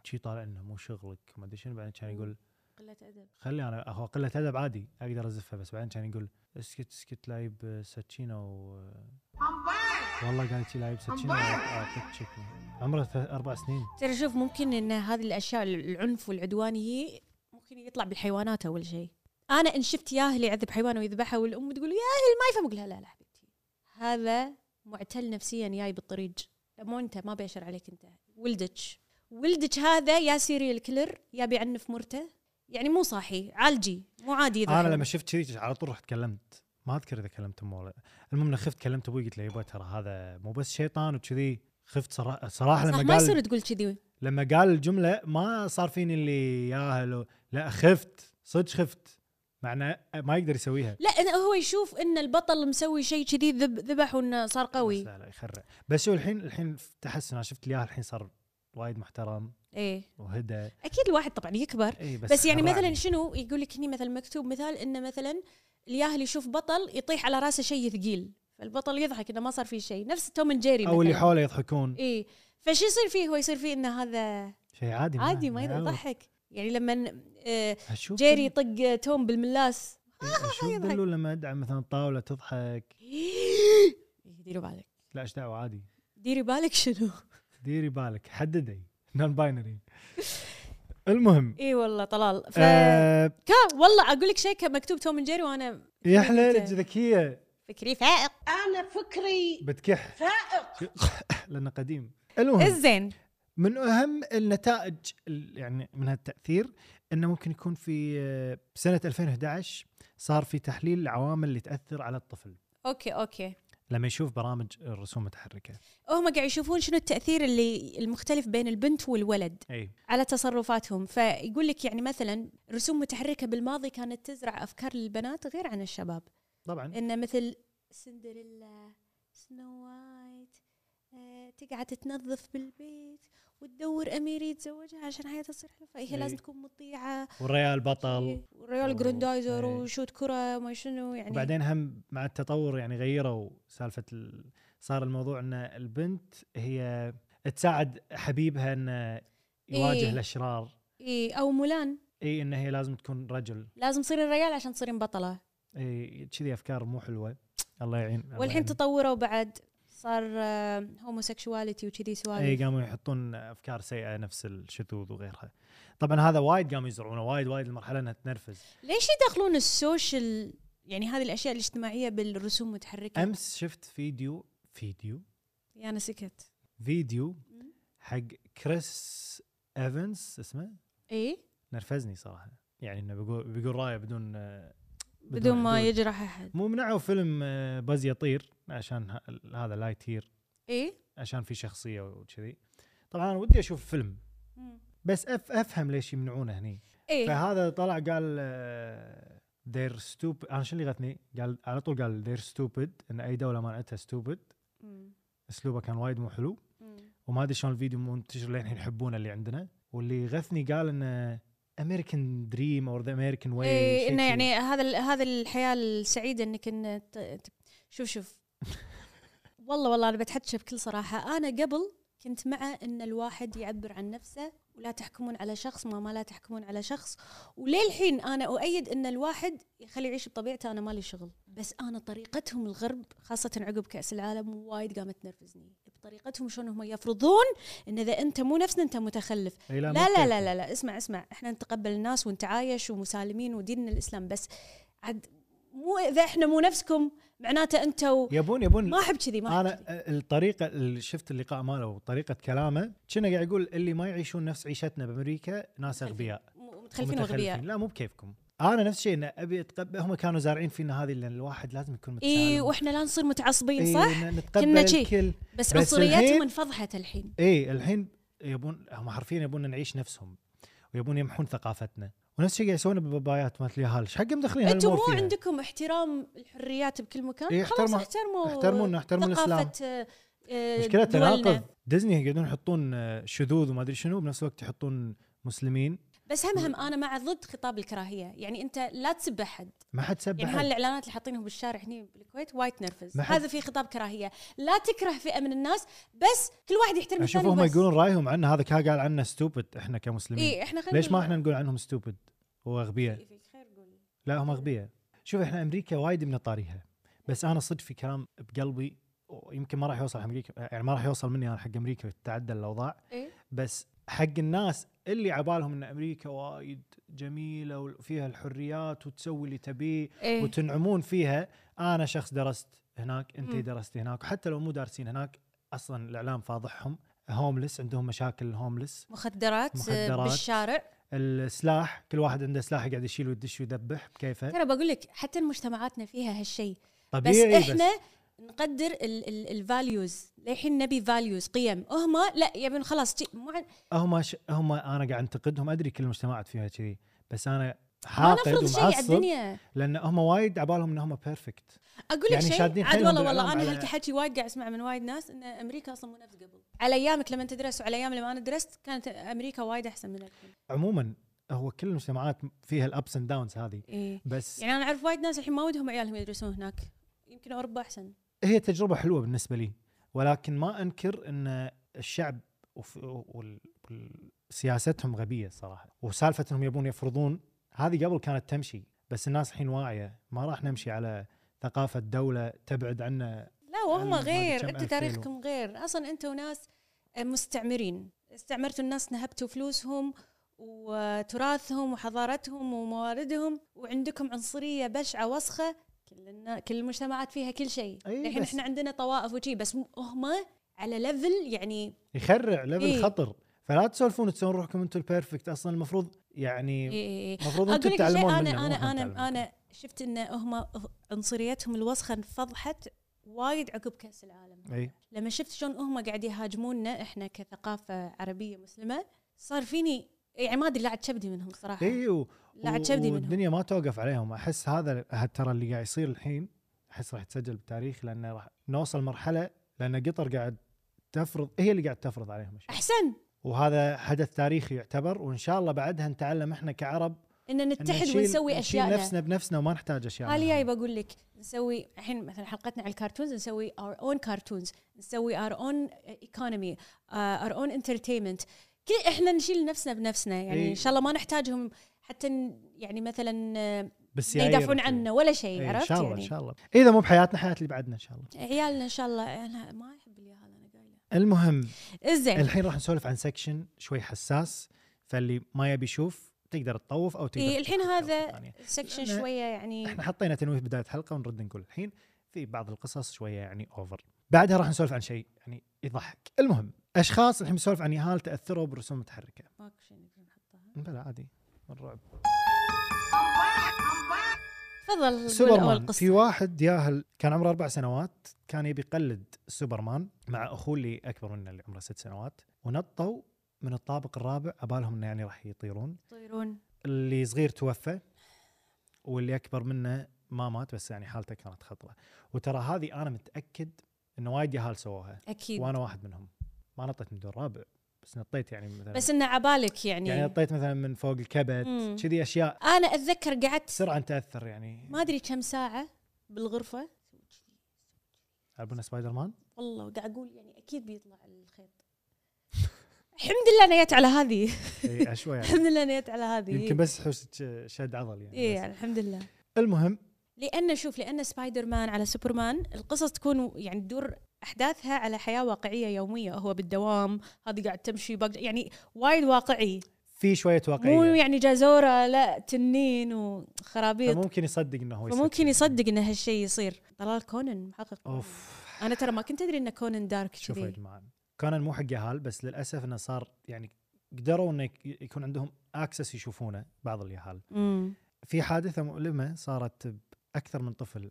A: شي طالع انه مو شغلك وما ادري شنو بعدين كان يقول
B: قله ادب
A: خلي انا هو قله ادب عادي اقدر ازفه بس بعدين كان يقول اسكت اسكت لايب ساتشينا و والله قال شي لايب ساتشينا عمره ث- اربع سنين
B: ترى شوف ممكن ان هذه الاشياء العنف والعدواني هي ممكن يطلع بالحيوانات اول شيء انا ان شفت ياهل يعذب حيوان ويذبحه والام تقول ياهل ما يفهم اقول لها لا لا حبيبتي هذا معتل نفسيا جاي بالطريق لا مو انت ما بيشر عليك انت ولدك ولدك هذا يا سيريال كيلر يا بيعنف مرته يعني مو صاحي عالجي مو عادي يذبح
A: انا لما شفت كذي على طول رحت كلمت ما اذكر اذا كلمت امه ولا المهم انا خفت كلمت ابوي قلت له يبا ترى هذا مو بس شيطان وكذي خفت صراحه صراحه
B: صح
A: لما
B: ما
A: قال
B: يصير تقول كذي
A: لما قال الجمله ما صار فيني اللي ياهل و- لا خفت صدق خفت معناه ما يقدر يسويها
B: لا إن هو يشوف ان البطل مسوي شيء كذي ذب ذبح وانه صار
A: بس
B: قوي
A: لا لا يخرع بس هو الحين الحين في تحسن انا شفت الياهل الحين صار وايد محترم
B: ايه
A: وهدى
B: اكيد الواحد طبعا يكبر
A: اي بس
B: بس, يعني
A: خرعني.
B: مثلا شنو يقول لك هني مثلا مكتوب مثال انه مثلا الياهل يشوف بطل يطيح على راسه شيء ثقيل فالبطل يضحك انه ما صار فيه شيء نفس توم اند جيري
A: او اللي حوله يضحكون
B: اي فشو يصير فيه هو يصير فيه انه هذا
A: شيء عادي
B: عادي ما
A: يعوض.
B: يضحك يعني لما آه،
A: اشوف
B: (laughs) جيري يطق توم بالملاس
A: بال- اشوف
B: يضحك.
A: بلو لما ادعم مثلا الطاوله تضحك
B: ديري إيه، بالك
A: لا ايش دعوه عادي
B: ديري بالك شنو
A: ديري بالك حددي نون باينري (laughs) المهم
B: اي إيه والله طلال ف
A: آه
B: كا- والله اقول لك شيء كان مكتوب توم اند جيري وانا
A: يا حلالك ذكيه
B: فكري فائق
D: انا فكري
A: بتكح
D: فائق
A: (laughs) لانه قديم المهم
B: الزين
A: من اهم النتائج ال- يعني من هالتاثير انه ممكن يكون في آه، سنه 2011 صار في تحليل العوامل اللي تاثر على الطفل
B: اوكي اوكي
A: لما يشوف برامج الرسوم المتحركه
B: هم قاعد يشوفون شنو التاثير اللي المختلف بين البنت والولد
A: اي
B: على تصرفاتهم فيقول لك يعني مثلا رسوم متحركه بالماضي كانت تزرع افكار للبنات غير عن الشباب
A: طبعا
B: انه مثل سندريلا سنو وايت آه، تقعد تنظف بالبيت وتدور امير يتزوجها عشان حياتها تصير حلوه فهي
A: إي.
B: لازم تكون مطيعه
A: والريال إيه.
B: إيه.
A: بطل
B: وريال جراندايزر
A: إي.
B: وشوت كره ما شنو يعني
A: وبعدين هم مع التطور يعني غيروا سالفه ال- صار الموضوع ان البنت هي تساعد حبيبها انه يواجه
B: إيه.
A: الاشرار
B: اي او إيه، مولان
A: اي ان هي لازم تكون رجل
B: لازم تصيرين ريال عشان تصيرين بطله
A: اي كذي افكار مو حلوه الله يعين الله
B: والحين
A: يعين.
B: تطوروا بعد صار هوموسيكشواليتي وكذي
A: اي
B: سوالف
A: قاموا يحطون افكار سيئه نفس الشذوذ وغيرها طبعا هذا وايد قاموا يزرعونه وايد وايد المرحله انها تنرفز
B: ليش يدخلون السوشيال يعني هذه الاشياء الاجتماعيه بالرسوم المتحركه
A: امس شفت فيديو فيديو
B: يا انا سكت
A: فيديو
B: مم.
A: حق كريس ايفنز اسمه
B: اي
A: نرفزني صراحه يعني انه بيقول بيقول رايه بدون آه،
B: بدون ما
A: حدود.
B: يجرح احد
A: مو منعوا فيلم آه، باز يطير عشان ه- هذا لا يطير
B: اي
A: عشان في شخصيه وكذي طبعا انا ودي اشوف فيلم بس أف افهم ليش يمنعونه هني
B: اي
A: فهذا طلع قال آه، دير ستوب انا شو اللي غثني قال على طول قال دير ستوبد ان اي دوله مانعتها ستوبد اسلوبه كان وايد مو حلو وما ادري شلون الفيديو منتشر لين الحين يحبونه اللي عندنا واللي غثني قال ان امريكان دريم او ذا امريكان واي
B: اي انه يعني هذا ال- هذا الحياه السعيده انك إن ت- ت- شوف شوف والله والله انا بتحكي بكل صراحه انا قبل كنت مع ان الواحد يعبر عن نفسه ولا تحكمون على شخص ما ما لا تحكمون على شخص وللحين انا اؤيد ان الواحد يخلي يعيش بطبيعته انا مالي شغل بس انا طريقتهم الغرب خاصه عقب كاس العالم وايد قامت تنرفزني بطريقتهم شلون هم يفرضون ان اذا انت مو نفسنا انت متخلف
A: لا
B: لا لا لا
A: لا
B: لا لا اسمع اسمع احنا نتقبل الناس ونتعايش ومسالمين وديننا الاسلام بس عاد مو اذا احنا مو نفسكم معناته انتوا
A: يبون يبون
B: ما احب كذي ما احب
A: انا
B: كذي
A: الطريقه اللي شفت اللقاء ماله وطريقه كلامه كنا قاعد يقول اللي ما يعيشون نفس عيشتنا بامريكا ناس اغبياء
B: مو- متخلفين
A: ومتخلفين.
B: واغبياء
A: لا مو بكيفكم انا نفس الشيء انه ابي اتقبل هم كانوا زارعين فينا هذه لان الواحد لازم يكون متسالم
B: اي واحنا لا نصير متعصبين صح
A: إيه إن نتقبل
B: كنا شي.
A: الكل
B: بس
A: بس الحين-
B: عنصريتهم انفضحت الحين
A: اي الحين يبون هم حرفيا يبون نعيش نفسهم ويبون يمحون ثقافتنا ونفس الشيء قاعد يسوونه بالبابايات مالت اليهال ايش حق مدخلين
B: انتم
A: هالامور
B: مو
A: فيها؟
B: عندكم احترام الحريات بكل مكان
A: إيه،
B: خلاص
A: احترموا-
B: احترموا
A: يحترمون يحترمون الاسلام
B: ثقافه آه،
A: مشكلة
B: دولنا.
A: تناقض ديزني يقعدون يحطون آه، شذوذ وما ادري شنو بنفس الوقت يحطون مسلمين
B: بس هم هم انا مع ضد خطاب الكراهيه يعني انت لا تسب احد
A: ما حد سب
B: يعني
A: أحد.
B: هالاعلانات اللي حاطينهم بالشارع هنا بالكويت وايد تنرفز
A: ما حد-
B: هذا في خطاب كراهيه لا تكره فئه من الناس بس كل واحد يحترم الثاني
A: اشوفهم
B: وبس.
A: يقولون رايهم عنا هذا كا قال عنا ستوبد احنا كمسلمين
B: اي احنا خلينا إيه،
A: ليش ما احنا نقول عنهم ستوبد واغبياء
B: في خير قولي
A: لا هم اغبياء شوف احنا امريكا وايد من طاريها بس انا صدق في كلام بقلبي يمكن ما راح يوصل حق امريكا يعني ما راح يوصل مني انا حق امريكا تتعدل الاوضاع
B: اي
A: بس حق الناس اللي عبالهم ان امريكا وايد جميله وفيها الحريات وتسوي اللي تبيه
B: ايه
A: وتنعمون فيها انا شخص درست هناك انت
B: مم.
A: درست هناك وحتى لو مو دارسين هناك اصلا الاعلام فاضحهم هوملس عندهم مشاكل الهوملس
B: مخدرات, مخدرات
A: مخدرات. إيه.
B: بالشارع
A: السلاح كل واحد عنده سلاح يقعد يشيل ويدش ويذبح بكيفه
B: ترى بقول لك حتى مجتمعاتنا فيها هالشيء بس
A: طبيعي بس,
B: احنا نقدر الفاليوز للحين نبي فاليوز قيم هم لا يبون خلاص شي- مو عن-
A: هم ش... هم انا قاعد انتقدهم ادري كل المجتمعات فيها كذي بس انا
B: ما
A: حاقد
B: نفرض شيء على
A: ومعصب
B: الدنيا
A: لان هم وايد عبالهم انهم بيرفكت
B: اقول لك
A: يعني
B: شيء
A: شادين
B: عاد
A: حيلهم
B: والله
A: بالإعلام
B: والله انا
A: على-
B: هالحكي وايد قاعد اسمع من وايد ناس ان امريكا اصلا مو نفس قبل على ايامك لما تدرس وعلى ايام لما انا درست كانت امريكا وايد احسن من الحين
A: عموما هو كل المجتمعات فيها الابس اند داونز هذه
B: إيه.
A: بس
B: يعني انا اعرف وايد ناس الحين ما ودهم عيالهم يدرسون هناك يمكن اوروبا احسن
A: هي تجربة حلوة بالنسبة لي ولكن ما أنكر أن الشعب وف- وال- وال- سياستهم غبية صراحة وسالفة أنهم يبون يفرضون هذه قبل كانت تمشي بس الناس الحين واعية ما راح نمشي على ثقافة دولة تبعد عنا
B: لا وهم
A: ما أدري
B: غير
A: كم
B: انتوا
A: ألف
B: تاريخكم غير اصلا انتوا ناس مستعمرين استعمرتوا الناس نهبتوا فلوسهم وتراثهم وحضارتهم ومواردهم وعندكم عنصريه بشعه وسخه كل النا- كل المجتمعات فيها كل شيء
A: أي
B: الحين
A: إيه بس.
B: احنا عندنا طوائف وشي بس م- هم على ليفل يعني
A: يخرع ليفل
B: إيه.
A: إيه؟ خطر فلا تسولفون تسوون روحكم أنتم البيرفكت أصلا المفروض يعني
B: إيه
A: المفروض
B: اقول
A: أنتم
B: لك شيء
A: تتعلمون
B: انا
A: منه، مو إحنا
B: انا
A: نتعلم
B: انا
A: منكم.
B: انا شفت ان هم عنصريتهم الوسخه انفضحت وايد عقب كاس العالم
A: أي
B: لما شفت شلون هم قاعد يهاجموننا احنا كثقافه عربيه مسلمه صار فيني يعني ما ادري لعت شبدي منهم صراحه
A: إي و-
B: لعت شبدي منهم
A: إيه، والدنيا ما توقف عليهم احس هذا هاد ترى اللي قاعد يصير الحين احس راح يتسجل بالتاريخ لانه راح نوصل مرحله لان قطر قاعد تفرض هي اللي قاعد تفرض عليهم أشياء.
B: احسن
A: وهذا حدث تاريخي يعتبر وان شاء الله بعدها نتعلم احنا كعرب
B: ان
A: إن
B: نتحد
A: نشيل-
B: ونسوي آه،
A: نشيل
B: اشياءنا
A: نفسنا بنفسنا وما نحتاج اشياء
B: هالي جاي
A: منهم.
B: بقول لك نسوي الحين مثلا حلقتنا على الكرتونز نسوي اور اون كرتونز نسوي اور اون ايكونومي اور اون انترتينمنت كل احنا نشيل نفسنا بنفسنا يعني
A: إي.
B: ان شاء الله ما نحتاجهم حتى ن- يعني مثلا آه،
A: بس يا
B: يدافعون
A: يرد.
B: عنا ولا شيء
A: إيه، ان
B: عرفت
A: شاء الله ان
B: يعني
A: شاء الله اذا مو بحياتنا حياه اللي بعدنا ان شاء الله
B: عيالنا ان شاء الله انا ما احب اليهال انا قايله
A: المهم
B: زين
A: الحين راح نسولف عن سكشن شوي حساس فاللي ما يبي يشوف تقدر تطوف او تقدر
B: إيه، الحين
A: تشوف
B: هذا
A: حلقة ثانية.
B: سكشن
A: لأن
B: شويه
A: (laughs)
B: يعني
A: احنا حطينا تنويه بدايه الحلقه ونرد نقول الحين في بعض القصص شويه يعني اوفر بعدها راح نسولف عن شيء يعني يضحك المهم اشخاص الحين بنسولف عن يهال تاثروا بالرسوم المتحركه
B: ماكو شيء نقدر نحطها.
A: بلا عادي الرعب
B: تفضل قول اول
A: سوبرمان في
B: قصه
A: واحد ياهل كان عمره اربع سنوات كان يبي يقلد سوبرمان مع اخوه اللي اكبر منه اللي عمره ست سنوات ونطوا من الطابق الرابع عبالهم انه يعني راح يطيرون
B: يطيرون
A: اللي صغير توفى واللي اكبر منه ما مات بس يعني حالته كانت خطره وترى هذه انا متاكد انه وايد يهال سووها
B: اكيد
A: وانا واحد منهم ما نطيت من دون رابع بس نطيت يعني مثلا
B: بس انه عبالك يعني,
A: يعني نطيت مثلا من فوق الكبد
B: مم.
A: كذي اشياء
B: انا اتذكر قعدت
A: بسرعه تاثر يعني
B: ما ادري كم ساعه بالغرفه
A: يلعبون سبايدر
B: (laughs)
A: مان
B: والله قاعد اقول يعني اكيد بيطلع
A: (laughs)
B: الخيط الحمد لله انا جيت على هذه
A: اي اشوي يعني.
B: الحمد لله انا جيت على هذه
A: يمكن بس حوسك شد عضل يعني
B: اي
A: بس.
B: يعني الحمد لله
A: المهم
B: لان شوف لان سبايدر مان على سوبرمان القصص تكون يعني تدور احداثها على حياه واقعيه يوميه هو بالدوام هذه قاعد تمشي بقعد يعني وايد واقعي
A: في شويه
B: مو
A: واقعيه
B: يعني جازوره لا تنين وخرابيط
A: فممكن يصدق انه هو
B: فممكن
A: يسكر.
B: يصدق ان هالشيء يصير طلال كونن محقق كونن.
A: اوف
B: انا ترى ما كنت ادري ان كونن دارك
A: شوفوا يا
B: كذي
A: جماعه كونان مو حق يهال بس للاسف انه صار يعني قدروا انه يك- يكون عندهم اكسس يشوفونه بعض اليهال
B: امم
A: في حادثه مؤلمه صارت باكثر من طفل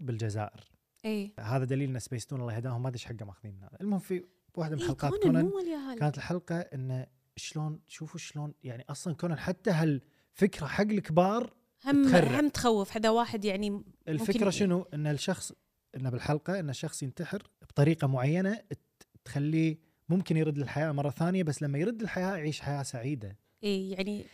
A: بالجزائر
B: اي
A: هذا دليل ان سبيس تون الله يهداهم ما ادري ايش حقه ماخذين هذا المهم في واحده من
B: إيه
A: حلقات
B: كونن
A: كونان
B: مو اليهال
A: كانت الحلقه انه شلون شوفوا شلون يعني اصلا كونان حتى هالفكره حق الكبار
B: هم
A: تخرع.
B: هم تخوف هذا واحد يعني
A: الفكره
B: ممكن-
A: شنو ان الشخص انه بالحلقه ان الشخص ينتحر بطريقه معينه ت- تخليه ممكن يرد للحياه مره ثانيه بس لما يرد للحياه يعيش حياه سعيده
B: اي يعني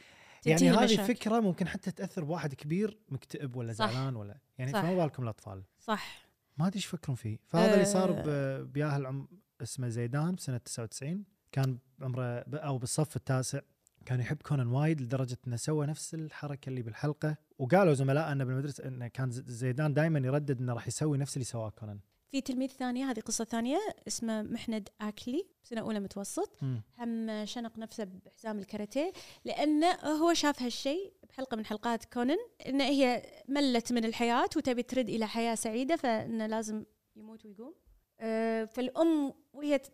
A: يعني
B: تنتهي
A: هذه
B: المشاكل.
A: فكره ممكن حتى تاثر بواحد كبير مكتئب ولا
B: صح.
A: زعلان ولا يعني
B: صح.
A: فما بالكم الاطفال
B: صح
A: ما ادري ايش يفكرون فيه فهذا اللي صار
B: آه.
A: ب- بياهل عم اسمه زيدان بسنه 99 كان عمره ب- او بالصف التاسع كان يحب كونان وايد لدرجه انه سوى نفس الحركه اللي بالحلقه وقالوا زملائه انه بالمدرسه انه كان ز- زيدان دائما يردد انه راح يسوي نفس اللي سواه كونان
B: في تلميذ ثانيه هذه قصه ثانيه اسمه محمد اكلي سنه اولى متوسط
A: مم.
B: هم شنق نفسه بحزام الكاراتيه لانه هو شاف هالشيء بحلقه من حلقات كونن ان هي ملت من الحياه وتبي ترد الى حياه سعيده فانه لازم يموت ويقوم آه، فالام وهي ت-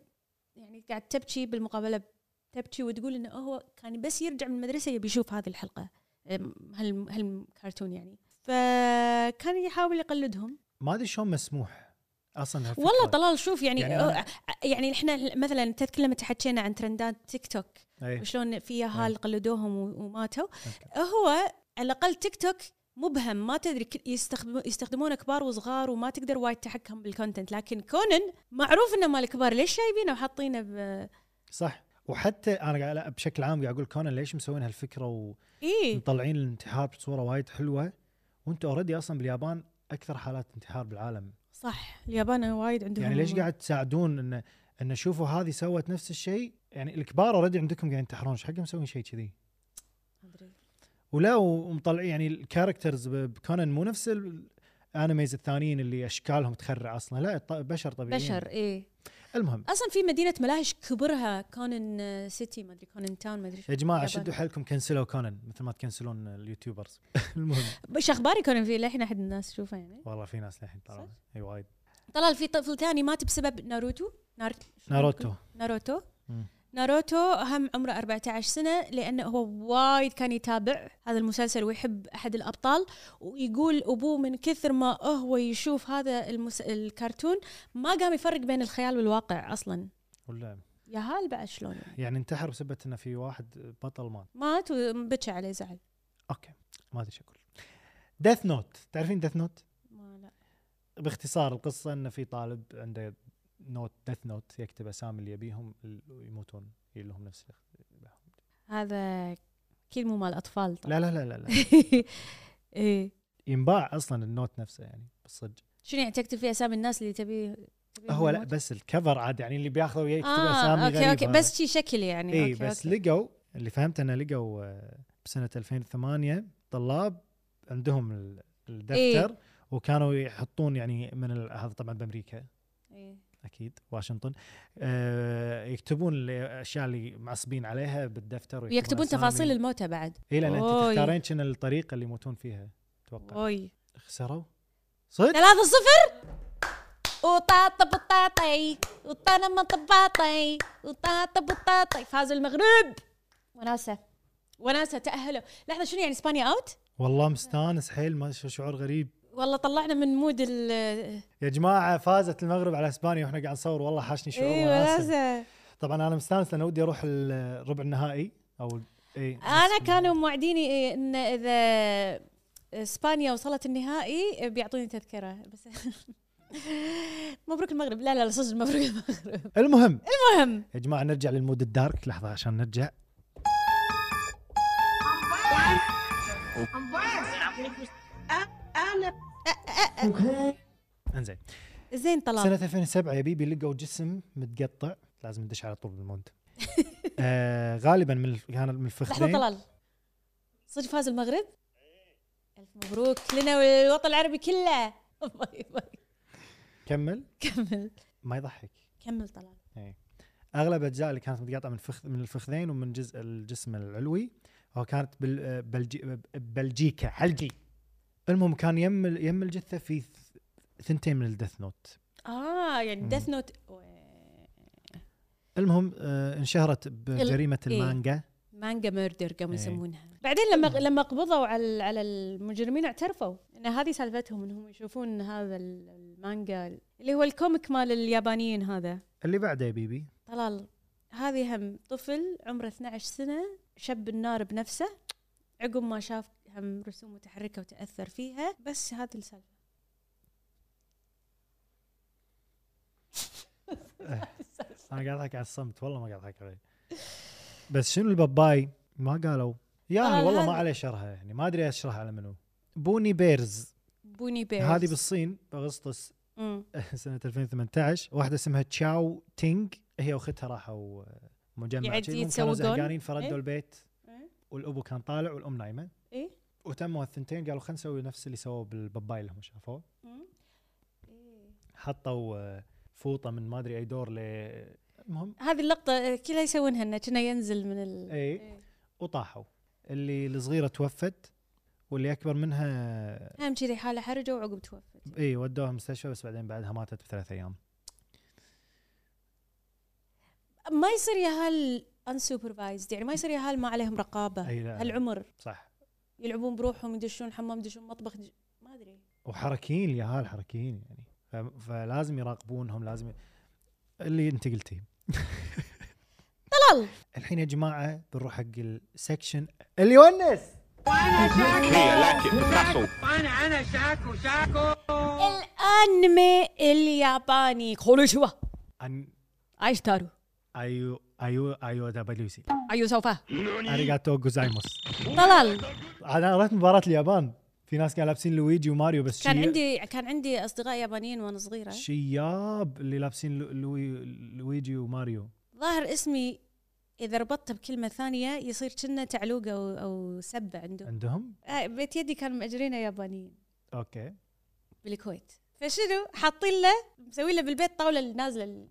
B: يعني قاعد تبكي بالمقابله تبكي وتقول انه هو كان بس يرجع من المدرسه يبي يشوف هذه الحلقه آم، هال- هالكرتون يعني فكان يحاول يقلدهم
A: ما ادري شلون مسموح اصلا هالفكرة.
B: والله طلال شوف يعني
A: يعني
B: يعني,
A: أنا-
B: يعني احنا مثلا أنت تذكر لما تحكينا عن ترندات تيك توك
A: إيه.
B: وشلون في ياهال قلدوهم و- وماتوا
A: أوكي.
B: هو على الاقل تيك توك مبهم ما تدري كل- يستخدم يستخدمونه كبار وصغار وما تقدر وايد تحكم بالكونتنت لكن كونن معروف انه مال كبار ليش جايبينه وحاطينه ب
A: صح وحتى انا قاعد لا، بشكل عام قاعد اقول كونان ليش مسوين هالفكره
B: اي
A: ومطلعين الانتحار بصوره وايد حلوه وانتم اوريدي اصلا باليابان اكثر حالات انتحار بالعالم
B: صح اليابان وايد عندهم
A: يعني ليش قاعد تساعدون ان ان شوفوا هذه سوت نفس الشيء يعني الكبار اوريدي عندكم قاعد ينتحرون ايش حقهم مسوين شيء كذي
B: أدري.
A: ولا ومطلعين يعني الكاركترز ب- بكونان مو نفس الانميز الثانيين اللي اشكالهم تخرع اصلا لا ط- بشر طبيعيين
B: بشر اي
A: المهم
B: اصلا في مدينه ملاهج كبرها كونن سيتي ما ادري كونن تاون ما ادري
A: يا جماعه
B: اليابان.
A: شدوا حيلكم كنسلوا كونان مثل ما تكنسلون اليوتيوبرز المهم
B: ايش اخباري كونن في للحين احد الناس تشوفه يعني
A: والله في ناس للحين طالعه اي وايد
B: طلال في طفل ثاني مات بسبب ناروتو نار...
A: ناروتو
B: ناروتو
A: مم.
B: ناروتو هم عمره 14 سنة لأنه هو وايد كان يتابع هذا المسلسل ويحب أحد الأبطال ويقول أبوه من كثر ما هو يشوف هذا المس... الكرتون ما قام يفرق بين الخيال والواقع أصلا
A: ولا
B: يا هال بعد شلون يعني.
A: يعني انتحر بسبب انه في واحد بطل مات
B: مات وبكى عليه زعل
A: اوكي ما ادري شو اقول ديث نوت تعرفين ديث نوت
B: ما لا
A: باختصار القصه انه في طالب عنده نوت ديث نوت يكتب اسامي اللي يبيهم ال- يموتون يلهم نفس ال-
B: هذا أكيد مو مال أطفال طبعا
A: لا لا لا لا, لا.
B: (laughs) إيه
A: ينباع اصلا النوت نفسه يعني بالصدق
B: شنو يعني تكتب فيه أسامي الناس اللي تبيه تبيه
A: هو لا
B: يموت؟
A: بس الكفر عاد يعني اللي بياخذه ويكتب اسامي
B: آه أوكي
A: غريبة.
B: أوكي بس شي شكل يعني
A: اي
B: أوكي،
A: إيه، بس
B: أوكي.
A: لقوا اللي فهمت انه لقوا آه، بسنه 2008 طلاب عندهم ال- الدفتر
B: إيه.
A: وكانوا يحطون يعني من ال- هذا طبعا بامريكا
B: إيه.
A: اكيد واشنطن آه يكتبون الاشياء اللي معصبين عليها بالدفتر
B: ويكتبون تفاصيل الموتى بعد
A: اي لان انت
B: أوي.
A: تختارين شنو الطريقه اللي يموتون فيها اتوقع
B: اوي
A: خسروا صدق
B: ثلاثة صفر وطاطا بطاطي وطنم طباطي وطاطا بطاطي فاز المغرب وناسة وناسة تأهلوا لحظة شنو يعني اسبانيا اوت؟
A: والله مستانس حيل ما شو شعور غريب
B: والله طلعنا من مود ال
A: يا جماعه فازت المغرب على اسبانيا واحنا قاعد نصور والله حاشني شعور
B: إيه،
A: وناسة. طبعا انا مستانس لان ودي اروح الربع النهائي إيه. او اي
B: انا كانوا موعديني إيه ان اذا اسبانيا وصلت النهائي بيعطوني تذكرة بس (laughs) مبروك المغرب لا لا لا، صدق مبروك المغرب (laughs)
A: المهم
B: المهم
A: يا جماعه نرجع للمود الدارك لحظه عشان نرجع
D: انا
A: انزين
B: زين طلال
A: سنه 2007 يا بيبي لقوا جسم متقطع لازم ندش على طول
B: (laughs)
A: بالمود آه غالبا من الف- كان من
B: لحظة
A: الفخذين
B: طلال صدق فاز المغرب؟ ألف مبروك لنا والوطن العربي كله Oh باي باي
A: كمل
B: كمل
A: ما يضحك
B: كمل طلال
A: اغلب الاجزاء اللي كانت متقطعه من فخ من الفخذين ومن جزء الجسم العلوي هو كانت بال آه، بلجي بلجيكا حلجي المهم كان يم ال- يم الجثه في ث- ثنتين من الدث نوت
B: اه يعني
A: مم.
B: ديث نوت
A: المهم آه، انشهرت بجريمه
B: إيه.
A: المانجا
B: مانجا ميردر قاموا
A: إيه.
B: يسمونها بعدين لما لما قبضوا على على المجرمين اعترفوا ان هذه سالفتهم انهم يشوفون هذا ال- المانجا اللي هو الكوميك مال اليابانيين هذا
A: اللي بعده يا بيبي
B: طلال هذه هم طفل عمره 12 سنة شب النار بنفسه عقب ما شاف هم رسوم متحركة وتأثر فيها بس هذه السالفة
A: انا قاعد اضحك على الصمت والله ما قاعد اضحك عليه بس شنو الباباي ما قالوا يا
B: طلال
A: والله ما
B: هذا-
A: عليه شرها يعني ما ادري اشرحها على منو بوني بيرز
B: بوني بيرز
A: هذه بالصين باغسطس
B: مم.
A: سنه 2018 واحده اسمها تشاو تينغ هي واختها راحوا مجمع
B: قاعد
A: شي. المهم كانوا
B: يتسوقون.
A: زهقانين فردوا
B: إيه.
A: البيت
B: إيه.
A: والابو كان طالع والام نايمه
B: إيه.
A: وتموا الثنتين قالوا خلينا نسوي نفس اللي سووه بالباباي اللي هم شافوه
B: مم.
A: حطوا آه، فوطه من ما ادري اي دور ل المهم
B: هذه اللقطه آه، كلها يسوونها انه كنا ينزل من ال
A: اي إيه، وطاحوا اللي الصغيره توفت واللي اكبر منها
B: إيه. هم كذي حاله حرجه وعقب توفت
A: اي ودوها مستشفى بس بعدين بعدها ماتت بثلاث ايام
B: ما يصير يا هال unsupervised يعني ما يصير يا هال ما عليهم رقابه
A: اي إيه، لا
B: آه، هالعمر
A: صح
B: يلعبون بروحهم يدشون حمام يدشون مطبخ يدش- ما ادري
A: وحركيين يا هال حركيين يعني ف- فلازم يراقبونهم لازم ي... اللي انت قلتيه
B: طلال
A: الحين يا جماعه بنروح حق السكشن اللي يونس
C: Okay, I like it. Picasso.
B: الانمي الياباني كونيشوا
A: عن
B: عايش تارو
A: ايو ايو ايو دبليو سي
B: ايو أيوة سوف
A: اريغاتو جوزايموس
B: طلال
A: انا رحت مباراه اليابان في ناس كانوا لابسين لويجي وماريو بس
B: كان
A: شي-
B: عندي كان عندي اصدقاء يابانيين وانا صغيره
A: شياب اللي لابسين لو- لوي لويجي وماريو
B: ظاهر اسمي اذا ربطته بكلمه ثانيه يصير كنا تعلوقه او, أو سبه عنده
A: عندهم
B: آه، بيت يدي كانوا مأجرينه يابانيين
A: اوكي
B: بالكويت فشنو حاطين له مسوي له بالبيت طاوله اللي نازله ال-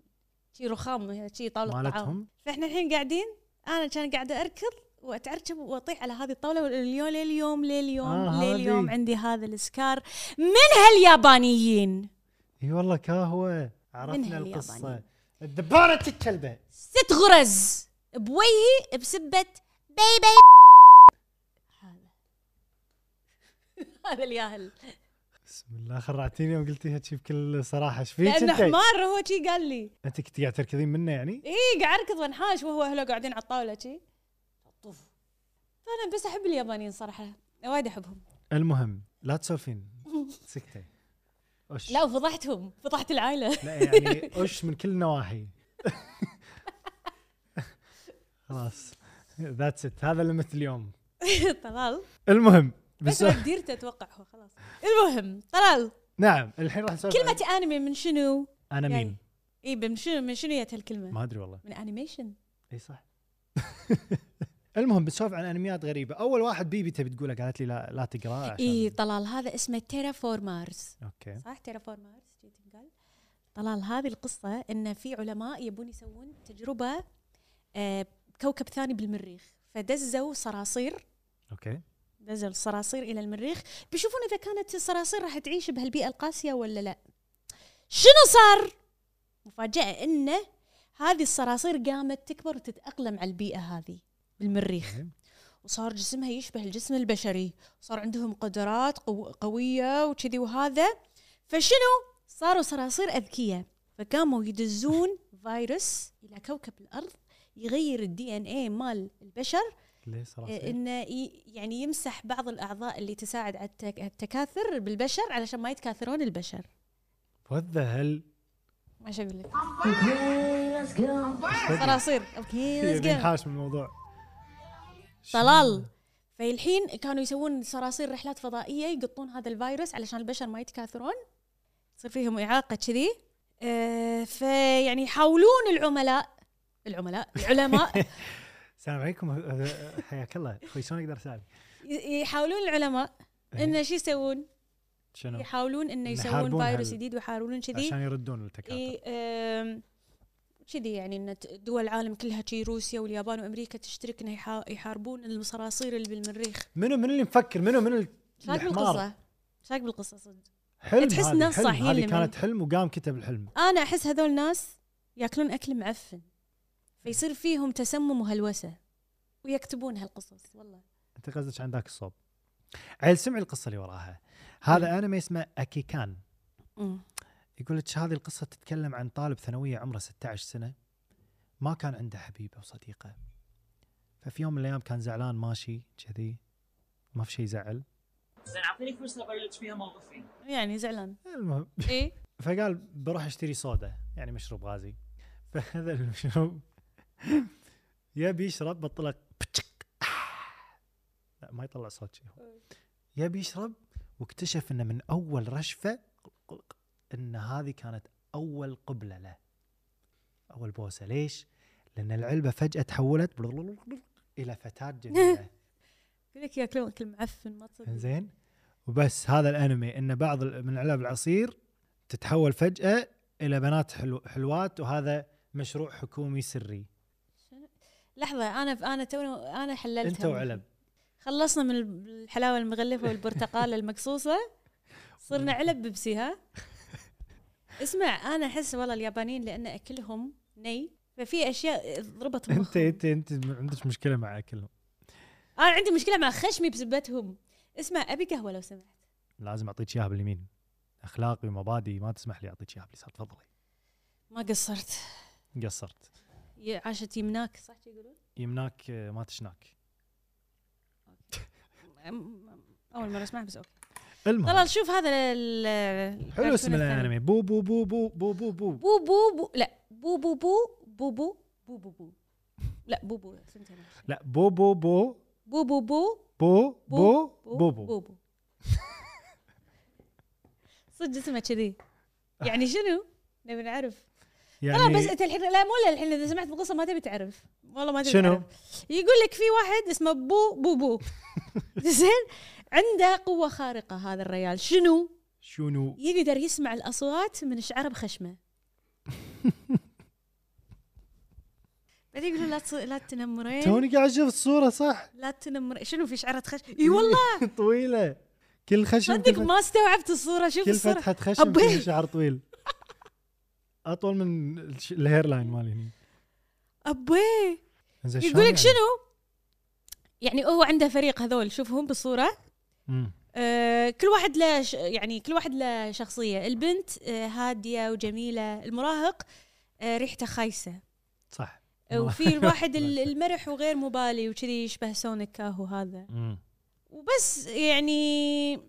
B: شي رخام شي طاوله طعام
A: مالتهم
B: فاحنا الحين قاعدين انا كان قاعده اركض واتعرجب واطيح على هذه الطاوله واليوم لليوم لليوم
A: آه،
B: آه
A: هذه.
B: لليوم عندي هذا السكار من هاليابانيين
A: اي والله كهوه عرفنا
B: منها
A: القصه
B: اليابانيين.
A: الدبانه الكلبه
B: ست غرز بويهي بسبه بيبي هذا (laughs) هذا الياهل
A: بسم الله خرعتيني يوم قلتيها شي بكل صراحه ايش فيك
B: لانه
A: انت؟
B: حمار هو شي قال لي
A: انت كنت قاعد تركضين منه يعني؟
B: اي قاعد اركض وانحاش وهو اهله قاعدين على الطاوله شي طف فانا بس احب اليابانيين صراحه وايد احبهم
A: المهم لا تسولفين سكتي اش
B: لا وفضحتهم فضحت العائله
A: لا يعني اش من كل النواحي خلاص ذاتس ات هذا لمت اليوم
B: (laughs) طلال
A: المهم
B: بس
A: بس
B: ديرته اتوقع هو خلاص المهم طلال
A: نعم الحين راح نسولف عن-
B: كلمه انمي من شنو؟
A: انا
B: يعني-
A: مين؟
B: اي من شنو من شنو جت هالكلمه؟
A: ما ادري والله
B: من انيميشن
A: اي صح المهم بنسولف عن انميات غريبه اول واحد بيبي تبي تقوله قالت لي لا لا تقراه عشان إيه.
B: اي إيه، طلال هذا اسمه تيرافورمارز
A: اوكي
B: صح تيرافورمارز شي تنقال طلال هذه القصه ان في علماء يبون يسوون تجربه آه، بكوكب ثاني بالمريخ فدزوا صراصير
A: اوكي
B: دزوا الصراصير الى المريخ بيشوفون اذا كانت الصراصير راح تعيش بهالبيئه القاسيه ولا لا شنو صار مفاجاه انه هذه الصراصير قامت تكبر وتتاقلم على البيئه هذه بالمريخ
A: تمام.
B: وصار جسمها يشبه الجسم البشري صار عندهم قدرات قو قويه وكذي وهذا فشنو صاروا صراصير اذكياء فقاموا يدزون فيروس الى كوكب الارض يغير الدي ان اي مال البشر
A: ليه صراحه
B: انه ي- يعني يمسح بعض الاعضاء اللي تساعد على التك- التكاثر بالبشر علشان ما يتكاثرون البشر
A: وات ذا هل
B: ما شو اقول لك صراصير اوكي ليتس جو
A: بنحاش من الموضوع
B: طلال فالحين كانوا يسوون صراصير رحلات فضائيه يقطون هذا الفيروس علشان البشر ما يتكاثرون يصير فيهم اعاقه كذي آه، فيعني يحاولون العملاء العملاء العلماء
A: (laughs) السلام عليكم (laughs) أه، أه، حياك الله اخوي شلون اقدر اساعدك؟
B: ي- يحاولون العلماء
A: (laughs)
B: انه شو يسوون؟
A: شنو؟
B: يحاولون انه يسوون
A: يحاربون
B: فيروس
A: نعم. هال-
B: جديد ويحاولون كذي
A: عشان يردون التكاثر
B: اي آم، كذي يعني ان ت- دول العالم كلها شي روسيا واليابان وامريكا تشترك انه يحا- يحاربون الصراصير اللي بالمريخ
A: منو منو اللي مفكر منو منو ال-
B: شاك
A: الحمار
B: بالقصه شاك بالقصه صدق
A: حلم
B: تحس
A: هذه،
B: ناس
A: حلم.
B: صاحيين
A: هذه
B: لمن-
A: كانت حلم وقام كتب الحلم
B: انا احس هذول ناس ياكلون اكل معفن فيصير فيهم تسمم وهلوسه ويكتبون هالقصص والله
A: انت قصدك عن ذاك الصوب عيل سمعي القصه اللي وراها هذا انمي اسمه اكيكان يقول لك هذه القصه تتكلم عن طالب ثانويه عمره 16 سنه ما كان عنده حبيبه وصديقه ففي يوم من الايام كان زعلان ماشي كذي ما في شيء يزعل
D: زين اعطيني فرصه ابلج فيها موقفي
B: يعني زعلان
A: المهم
B: ايه
A: فقال بروح اشتري صودا يعني مشروب غازي فهذا المشروب يبي يشرب بطلق لا ما يطلع صوت شيء هو. يبي يشرب واكتشف انه من اول رشفه ان هذه كانت اول قبله له اول بوسه ليش؟ لان العلبه فجاه تحولت الى فتاه جميله
B: يقول لك
A: (laughs)
B: ياكلون اكل معفن ما تصدق
A: زين وبس هذا الانمي ان بعض ال- من علب العصير تتحول فجاه الى بنات حلو حلوات وهذا مشروع حكومي سري
B: لحظه انا انا تو انا حللتها
A: انت (laughs) وعلب
B: خلصنا من الحلاوه المغلفه والبرتقاله المقصوصه صرنا علب بيبسي ها اسمع انا احس والله اليابانيين لان اكلهم ني ففي اشياء ضربت
A: انت
B: مخهم.
A: انت انت عندك مشكله مع اكلهم
B: انا عندي مشكله مع خشمي بسبتهم اسمع ابي قهوه لو سمحت
A: لازم اعطيك اياها باليمين اخلاقي ومبادئي ما تسمح لي اعطيك اياها باليسار تفضلي
B: ما قصرت
A: قصرت
B: ي- عاشت يمناك صح شي يقولون
A: يمناك آه، ما تشناك
B: أم- اول مره اسمعها بس اوكي
A: المهم
B: طلال شوف هذا ال-
A: حلو اسم
B: الكرتون الثاني.
A: الانمي بو بو بو بو بو بو بو
B: بو بو بو لا بو بو بو بو بو بو بو بو لا بو بو فهمت أنا.
A: لا بو بو بو
B: بو بو بو
A: بو بو بو بو
B: بو (laughs) صدق اسمه كذي يعني شنو؟ نبي نعرف ترى بس
A: يعني
B: انت الحين لا مو لا الحين اذا سمعت القصه ما تبي تعرف والله ما تبي
A: شنو؟
B: تعرف. يقول لك في واحد اسمه بو بو
A: (laughs)
B: بو زين عنده قوه خارقه هذا الريال شنو؟
A: شنو
B: يقدر يسمع الاصوات من شعره
A: (laughs)
B: بخشمه بعدين يقولوا لا تص... لا تنمرين
A: توني قاعد اشوف الصوره صح
B: لا تنمرين شنو في شعره خشم اي والله
A: (laughs) طويله كل خشم
B: صدق
A: كل
B: ما استوعبت الصوره شوف
A: كل
B: الصوره
A: فتحه خشم
B: أبي.
A: فيها شعر طويل اطول من الش- الهير لاين مالي هني
B: ابي
A: إنزين شلون
B: يقول لك
A: يعني؟
B: شنو؟ يعني هو عنده فريق هذول شوفهم بالصوره
A: يعني؟ مم.
B: آه، كل واحد له ش- يعني كل واحد له شخصيه البنت آه، هاديه وجميله المراهق آه، ريحته خايسه
A: (laughs) صح
B: آه، وفي الواحد ال- المرح وغير مبالي وكذي يشبه سونيك كاهو هذا
A: مم.
B: وبس يعني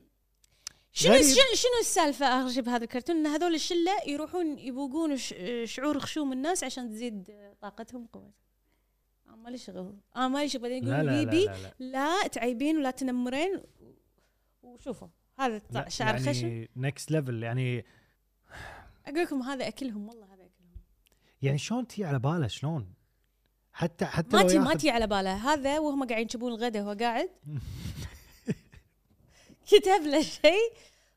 B: شنو
A: غريب.
B: شنو شنو السالفه اخر شيء بهذا الكرتون ان هذول الشله يروحون يبوقون ش- شعور خشوم الناس عشان تزيد طاقتهم وقوتهم آه، مالي شغل اه مالي شغل بعدين
A: لا
B: يقولون
A: لا لا,
B: بيبي
A: لا, لا.
B: لا تعيبين ولا تنمرين وشوفوا هذا
A: لا،
B: طلع شعر
A: يعني
B: خشن
A: نكست ليفل يعني
B: اقول لكم هذا اكلهم والله هذا اكلهم
A: يعني شلون تي على باله شلون حتى حتى
B: ما
A: لو
B: تي ما
A: ياخذ-
B: تي على باله هذا وهم قاعدين يشبون الغداء وهو
A: (laughs)
B: قاعد كتب له شيء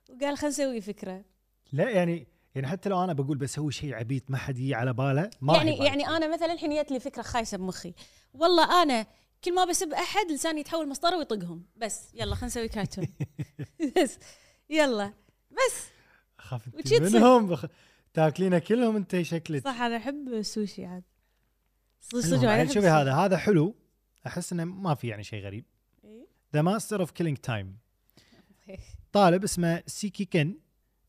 B: وقال خلينا نسوي فكره
A: لا يعني يعني حتى لو انا بقول بسوي شيء عبيط ما حد يجي على باله ما راح
B: يعني
A: يبالي.
B: يعني انا مثلا الحين جت لي فكره خايسه بمخي والله انا كل ما بسب احد لساني يتحول مسطره ويطقهم بس يلا خلينا نسوي
A: (laughs)
B: كرتون بس يلا بس
A: اخاف أنت
B: وشي تصير؟
A: منهم بخ... تاكلينه كلهم انت شكلك
B: صح انا احب السوشي عاد صدق
A: المهم،
B: صدق أنا
A: يعني
B: أحب
A: شوفي
B: السوشي.
A: هذا هذا حلو احس انه ما في يعني شيء غريب
B: إيه.
A: ذا ماستر اوف كيلينج تايم طالب اسمه سيكي كن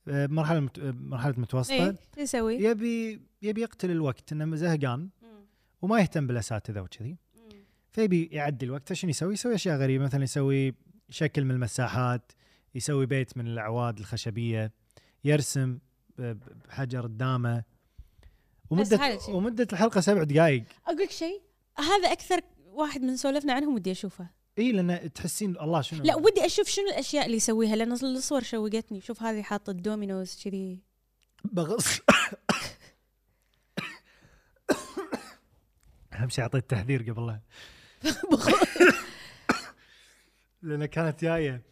A: آه، مرحله مت... آه، مرحله متوسطه
B: ايه شو يسوي؟
A: يبي يبي يقتل الوقت انه زهقان
B: مم.
A: وما يهتم بالاساتذه وكذي
B: مم.
A: فيبي يعدي الوقت عشان يسوي يسوي اشياء غريبه مثلا يسوي شكل من المساحات يسوي بيت من الاعواد الخشبيه يرسم ب- ب- بحجر قدامه
B: بس هذا
A: ومده
B: الشيء.
A: ومده الحلقه سبع دقائق
B: اقول لك شيء هذا اكثر واحد من سولفنا عنهم ودي اشوفه
A: اي لان تحسين الله شنو
B: لا ودي اشوف شنو الاشياء اللي يسويها لان الصور شوقتني شوف هذه حاطه الدومينوز كذي
A: بغص اهم شيء اعطيت تحذير قبل لا لان كانت جايه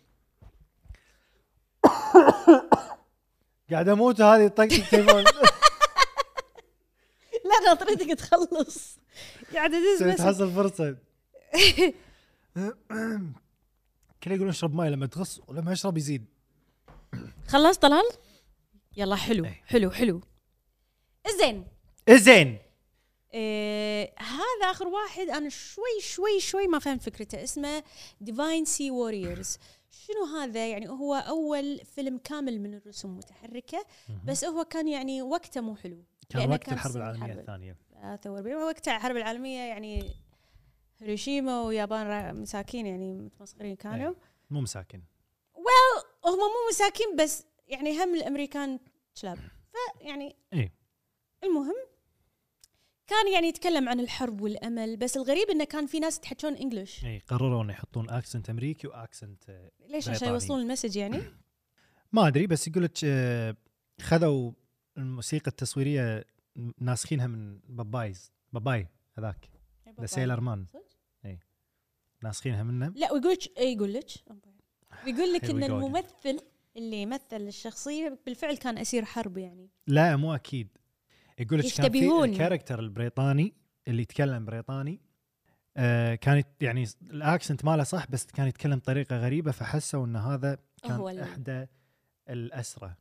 A: قاعد اموت هذه طق التليفون
B: لا ناطرتك (laughs) تخلص قاعده ادز
A: تبي
B: بس
A: تحصل فرصه كل يقولون اشرب ماي لما تغص ولما اشرب يزيد
B: خلاص طلال يلا حلو حلو حلو زين
A: زين
B: آه هذا اخر واحد انا شوي شوي شوي ما فهمت فكرته اسمه ديفاين سي ووريرز شنو هذا يعني هو اول فيلم كامل من الرسوم متحركه بس هو كان يعني وقته مو حلو
A: يعني كان
B: آه، لأنه
A: وقت الحرب
B: سنة
A: العالميه
B: الحرب
A: الثانيه
B: 43 وقتها الحرب العالميه يعني هيروشيما ويابان را- مساكين يعني متمسخرين كانوا
A: مو مساكن
B: هم مو مساكين بس يعني هم الامريكان كلاب فيعني
A: إيه.
B: المهم كان يعني يتكلم عن الحرب والامل بس الغريب انه كان في ناس يتحجون انجلش
A: اي قرروا انه يحطون اكسنت امريكي واكسنت آه،
B: ليش عشان
A: بريطاني.
B: يوصلون المسج يعني
A: ما ادري بس يقول لك آه، خذوا الموسيقى التصويريه ناسخينها من بابايز باباي هذاك ذا سيلر مان
B: صدق؟
A: ناسخينها منه
B: لا ويقول لك يقول لك ويقول لك
A: Here we
B: ان
A: go again.
B: الممثل اللي يمثل الشخصيه بالفعل كان اسير حرب يعني
A: لا مو اكيد يقول لك كان في
B: يشتبهون.
A: الكاركتر البريطاني اللي يتكلم بريطاني آه كان يت- يعني س- الاكسنت ماله صح بس كان يتكلم بطريقه غريبه فحسوا ان هذا
B: هو
A: كان
B: ال-
A: احدى الاسرى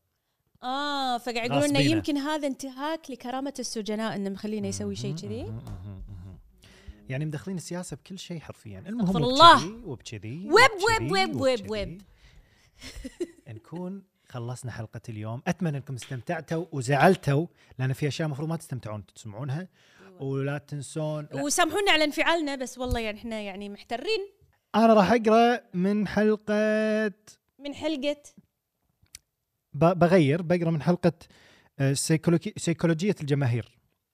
B: اه فقاعد يقولون انه
A: غاصبينه.
B: يمكن هذا انتهاك لكرامه السجناء انه مخلينه يسوي شيء كذي
A: يعني مدخلين السياسه بكل شيء حرفيا المهم
B: أستغفر
A: وبكذي
B: الله.
A: وبكذي
B: ويب- ويب- ويب- ويب- ويب. (laughs)
A: وبكذي نكون خلصنا حلقه اليوم اتمنى انكم استمتعتوا وزعلتوا لان في اشياء المفروض ما تستمتعون تسمعونها
B: أيوة.
A: ولا تنسون لا.
B: وسامحونا على انفعالنا بس والله يعني احنا يعني محترين
A: انا راح اقرا من حلقه
B: من حلقه
A: ب- بغير بقرا من حلقه آه، سيكولوكي- سيكولوجيه الجماهير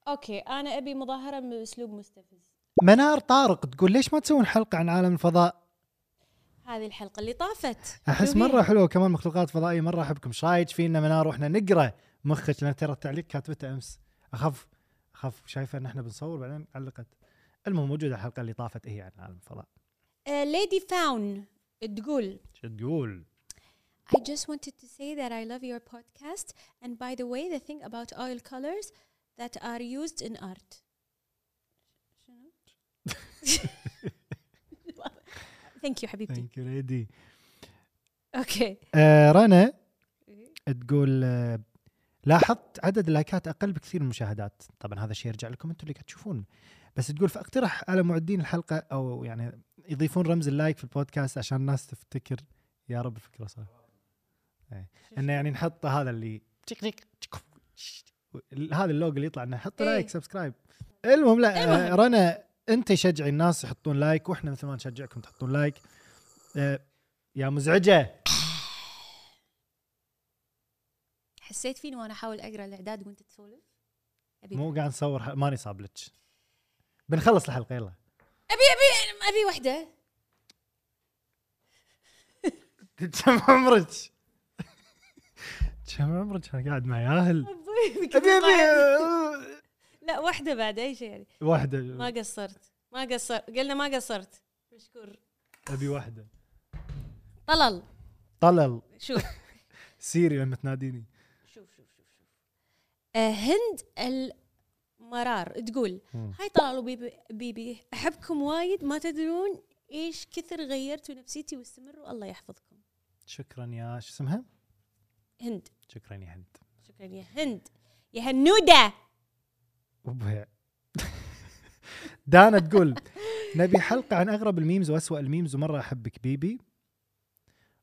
B: اوكي انا ابي مظاهره باسلوب مستفز
A: منار طارق تقول ليش ما تسوون حلقه عن عالم الفضاء
B: هذه الحلقه اللي طافت
A: احس
B: شوفي.
A: مره حلوه كمان مخلوقات فضائيه مره احبكم ايش رايك فينا منار واحنا نقرا مخك لان ترى التعليق كاتبته امس اخاف اخاف شايفه ان احنا بنصور بعدين علقت المهم موجوده الحلقه اللي طافت هي عن عالم الفضاء
B: آه، ليدي فاون تقول
A: شو تقول
B: I just wanted to say that I love your podcast and by the way the thing about oil colors that are used in art. شنو؟ (laughs) Thank you حبيبتي.
A: ثانك يو ليدي
B: اوكي.
A: آه رنا تقول آه، لاحظت عدد اللايكات اقل بكثير من المشاهدات طبعا هذا الشيء يرجع لكم انتم اللي قاعد تشوفون بس تقول فاقترح على معدين الحلقه او يعني يضيفون رمز اللايك في البودكاست عشان الناس تفتكر يا رب الفكره صح إيه. انه يعني نحط هذا اللي تشك تشك تشك شت. ال- هذا اللوجو اللي يطلع انه حط
B: إيه.
A: لايك سبسكرايب المهم لا آه،
B: المهم.
A: رنا انت شجعي الناس يحطون لايك واحنا مثل ما نشجعكم تحطون لايك آه، يا مزعجه
B: حسيت فيني وانا احاول اقرا الاعداد وانت تسولف؟ ابي
A: مو قاعد نصور ح- ماني صاب لك بنخلص الحلقه يلا
B: ابي ابي ابي وحده.
A: (laughs) كم عمرك؟ كم عمرك انا قاعد مع
B: (laughs)
A: ياهل ابي (laughs) ابي
B: لا وحده بعد اي شيء يعني ما
A: واحده
B: قصرت ما قصرت قلنا ما قصرت مشكور
A: ابي واحده
B: طلل
A: طلل
B: شوف
A: (laughs) سيري لما تناديني
B: شوف شوف شوف شوف آه، هند المرار تقول
A: مم.
B: هاي طلال وبيبي بيبي احبكم وايد ما تدرون ايش كثر غيرتوا نفسيتي واستمروا الله يحفظكم
A: شكرا يا شو اسمها؟
B: هند
A: شكرا يا هند
B: شكرا يا هند يا هنوده
A: وبها (laughs) دانا تقول نبي حلقه عن اغرب الميمز واسوأ الميمز ومره احبك بيبي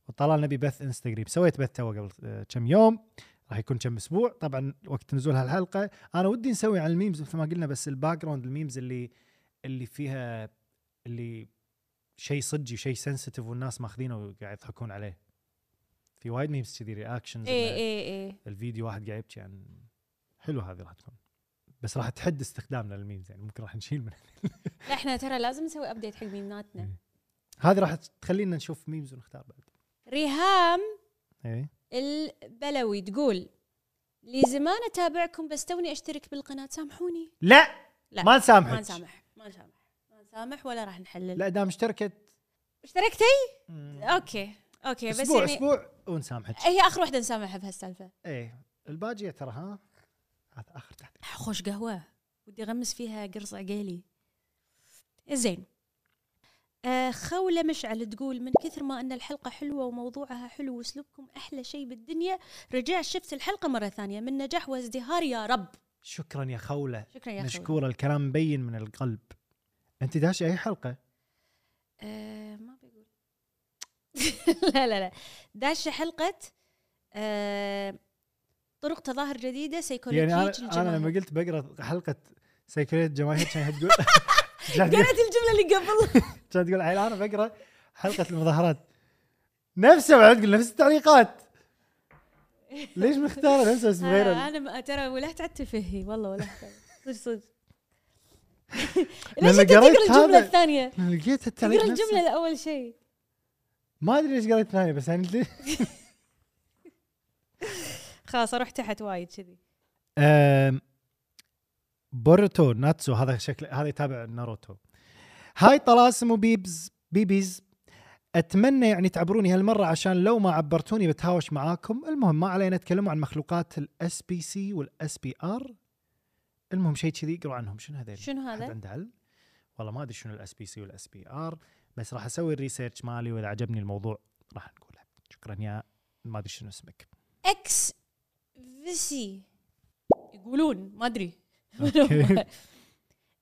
A: وطلال نبي بث انستغرام سويت بث تو قبل آه، كم يوم راح يكون كم اسبوع طبعا وقت نزول هالحلقه انا ودي نسوي عن الميمز مثل ما قلنا بس الباك جراوند الميمز اللي اللي فيها اللي شيء صجي وشيء سنسيتيف والناس ماخذينه وقاعد يضحكون عليه في وايد ميمز كذي رياكشنز
B: اي اي اي
A: الفيديو واحد قاعد يبكي عن حلو هذه راح تكون بس راح تحد استخدامنا للميمز يعني ممكن راح نشيل منها
B: لا احنا ترى لازم نسوي ابديت حق ميماتنا
A: هذه راح تخلينا نشوف ميمز ونختار بعد
B: ريهام
A: ايه
B: البلوي تقول لزمان اتابعكم بس توني اشترك بالقناه سامحوني
A: لا
B: لا
A: ما نسامحك.
B: ما نسامح ما نسامح ما نسامح ولا راح نحلل
A: لا دام اشتركت
B: اشتركتي؟ اوكي اوكي بس
A: اسبوع
B: يعني
A: اسبوع ونسامحك
B: هي اخر واحده نسامحها بهالسالفه
A: ايه الباجيه ترى ها هذا اخر تحديد
B: خوش قهوه ودي اغمس فيها قرص عقيلي زين آه خولة مشعل تقول من كثر ما ان الحلقة حلوة وموضوعها حلو واسلوبكم احلى شيء بالدنيا رجعت شفت الحلقة مرة ثانية من نجاح وازدهار يا رب
A: شكرا يا خوله
B: شكرا يا خولة
A: مشكوره الكلام مبين من القلب انت داش اي حلقه
B: آه ما بقول (laughs) لا لا لا داشة حلقة آه طرق تظاهر جديدة سيكولوجية
A: يعني انا انا
B: طيب، الجماهير.
A: لما قلت بقرا حلقه سيكريت جماهير كانت تقول
B: (laughs) قرأت الجملة اللي قبل
A: كانت تقول عيل انا بقرا حلقه المظاهرات نفسه بعد تقول نفس التعليقات ليش مختاره نفسه (laughs) بس
B: (laughs) آه،
A: غيره
B: انا ما- ترى ولا تفهي والله ولا تعتفهي. صدق
A: (laughs)
B: صدق
A: لأن
B: ليش انت
A: قريت
B: تقرا الجملة
A: هذا-
B: الثانية؟
A: لقيت التعليق
B: تقرا
A: نفسه.
B: الجملة الأول شيء
A: ما ادري ليش قريت ثانيه بس يعني ليه؟
B: خلاص اروح تحت وايد كذي
A: أم، بورتو ناتسو هذا شكل هذا يتابع ناروتو هاي طلاسم وبيبز بيبيز اتمنى يعني تعبروني هالمره عشان لو ما عبرتوني بتهاوش معاكم المهم ما علينا نتكلم عن مخلوقات الاس بي سي والاس بي ار المهم شيء كذي اقروا عنهم شنو هذول
B: شنو
A: حد
B: هذا؟
A: عنده علم والله ما ادري شنو الاس بي سي والاس بي ار بس راح اسوي الريسيرش مالي واذا عجبني الموضوع راح نقوله شكرا يا ما ادري شنو اسمك
B: اكس فيسي يقولون
A: (laughs)
B: ما ادري
A: أوكي.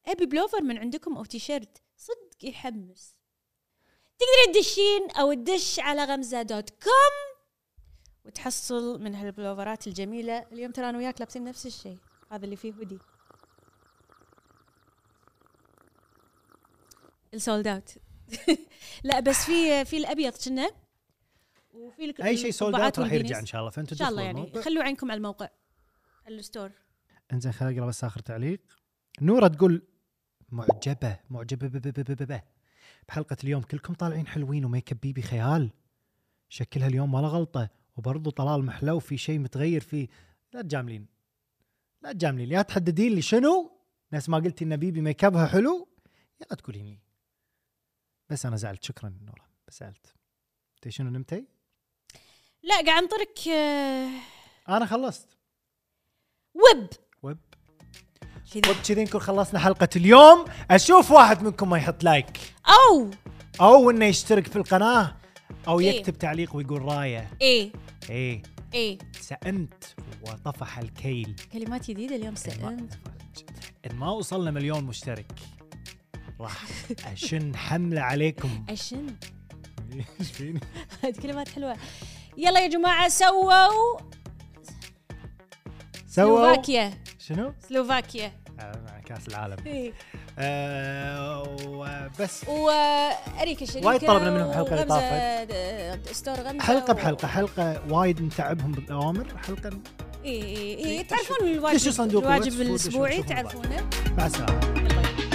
B: ابي بلوفر من عندكم او تيشيرت صدق يحمس تقدرين تدشين او تدش على غمزه دوت كوم وتحصل من هالبلوفرات الجميله اليوم ترى انا وياك لابسين نفس الشيء هذا اللي فيه هودي السولد اوت (laughs) لا بس في في الابيض كنا وفي الك-
A: اي شيء سولد
B: القبعات
A: اوت راح يرجع
B: والبينيز.
A: ان شاء الله فانتم
B: ان شاء الله
A: دخلوا
B: يعني
A: الموقع.
B: خلوا عينكم على الموقع الستور
A: انزين خليني اقرا بس اخر تعليق نوره تقول معجبه معجبه ب- ب- ب- ب- ب- بحلقه اليوم كلكم طالعين حلوين وميك اب بيبي خيال شكلها اليوم ولا غلطه وبرضه طلال محلو في شيء متغير فيه لا تجاملين لا تجاملين يا تحددين لي شنو نفس ما قلتي ان بيبي ميك ابها حلو يا تقولين لي بس انا زعلت شكرا نوره بس زعلت انت شنو نمتي؟
B: لا قاعد انطرك آه،
A: انا خلصت
B: وب
A: وب
B: كذي
A: وبكذي نكون خلصنا حلقه اليوم اشوف واحد منكم ما يحط لايك
B: او
A: او انه يشترك في القناه او
B: إيه.
A: يكتب تعليق ويقول رايه
B: ايه
A: ايه
B: ايه
A: سئمت وطفح الكيل
B: كلمات جديده اليوم سئمت
A: ان ما وصلنا مليون مشترك راح اشن حمله عليكم
B: عشان (laughs)
A: ايش فيني؟
B: هاد كلمات حلوه يلا يا جماعه سووا
A: سووا
B: سلوفاكيا
A: شنو؟
B: سلوفاكيا
A: آه، مع كاس
B: (laughs)
A: العالم
B: ايه
A: آه وبس
B: واريكا شريكه
A: وايد طلبنا منهم حلقة اللي
B: وغمزة-
A: طافت.
B: آه، ستور غمزه
A: حلقه
B: و-
A: بحلقه حلقه وايد نتعبهم بالاوامر حلقه
B: ايه ايه إيه، تعرفون الواجب
A: دشوا صندوق الواتس،
B: الواجب
A: ودشوا
B: الاسبوعي
A: تشوفون بعض.
B: تعرفونه
A: مع السلامه
B: يلا.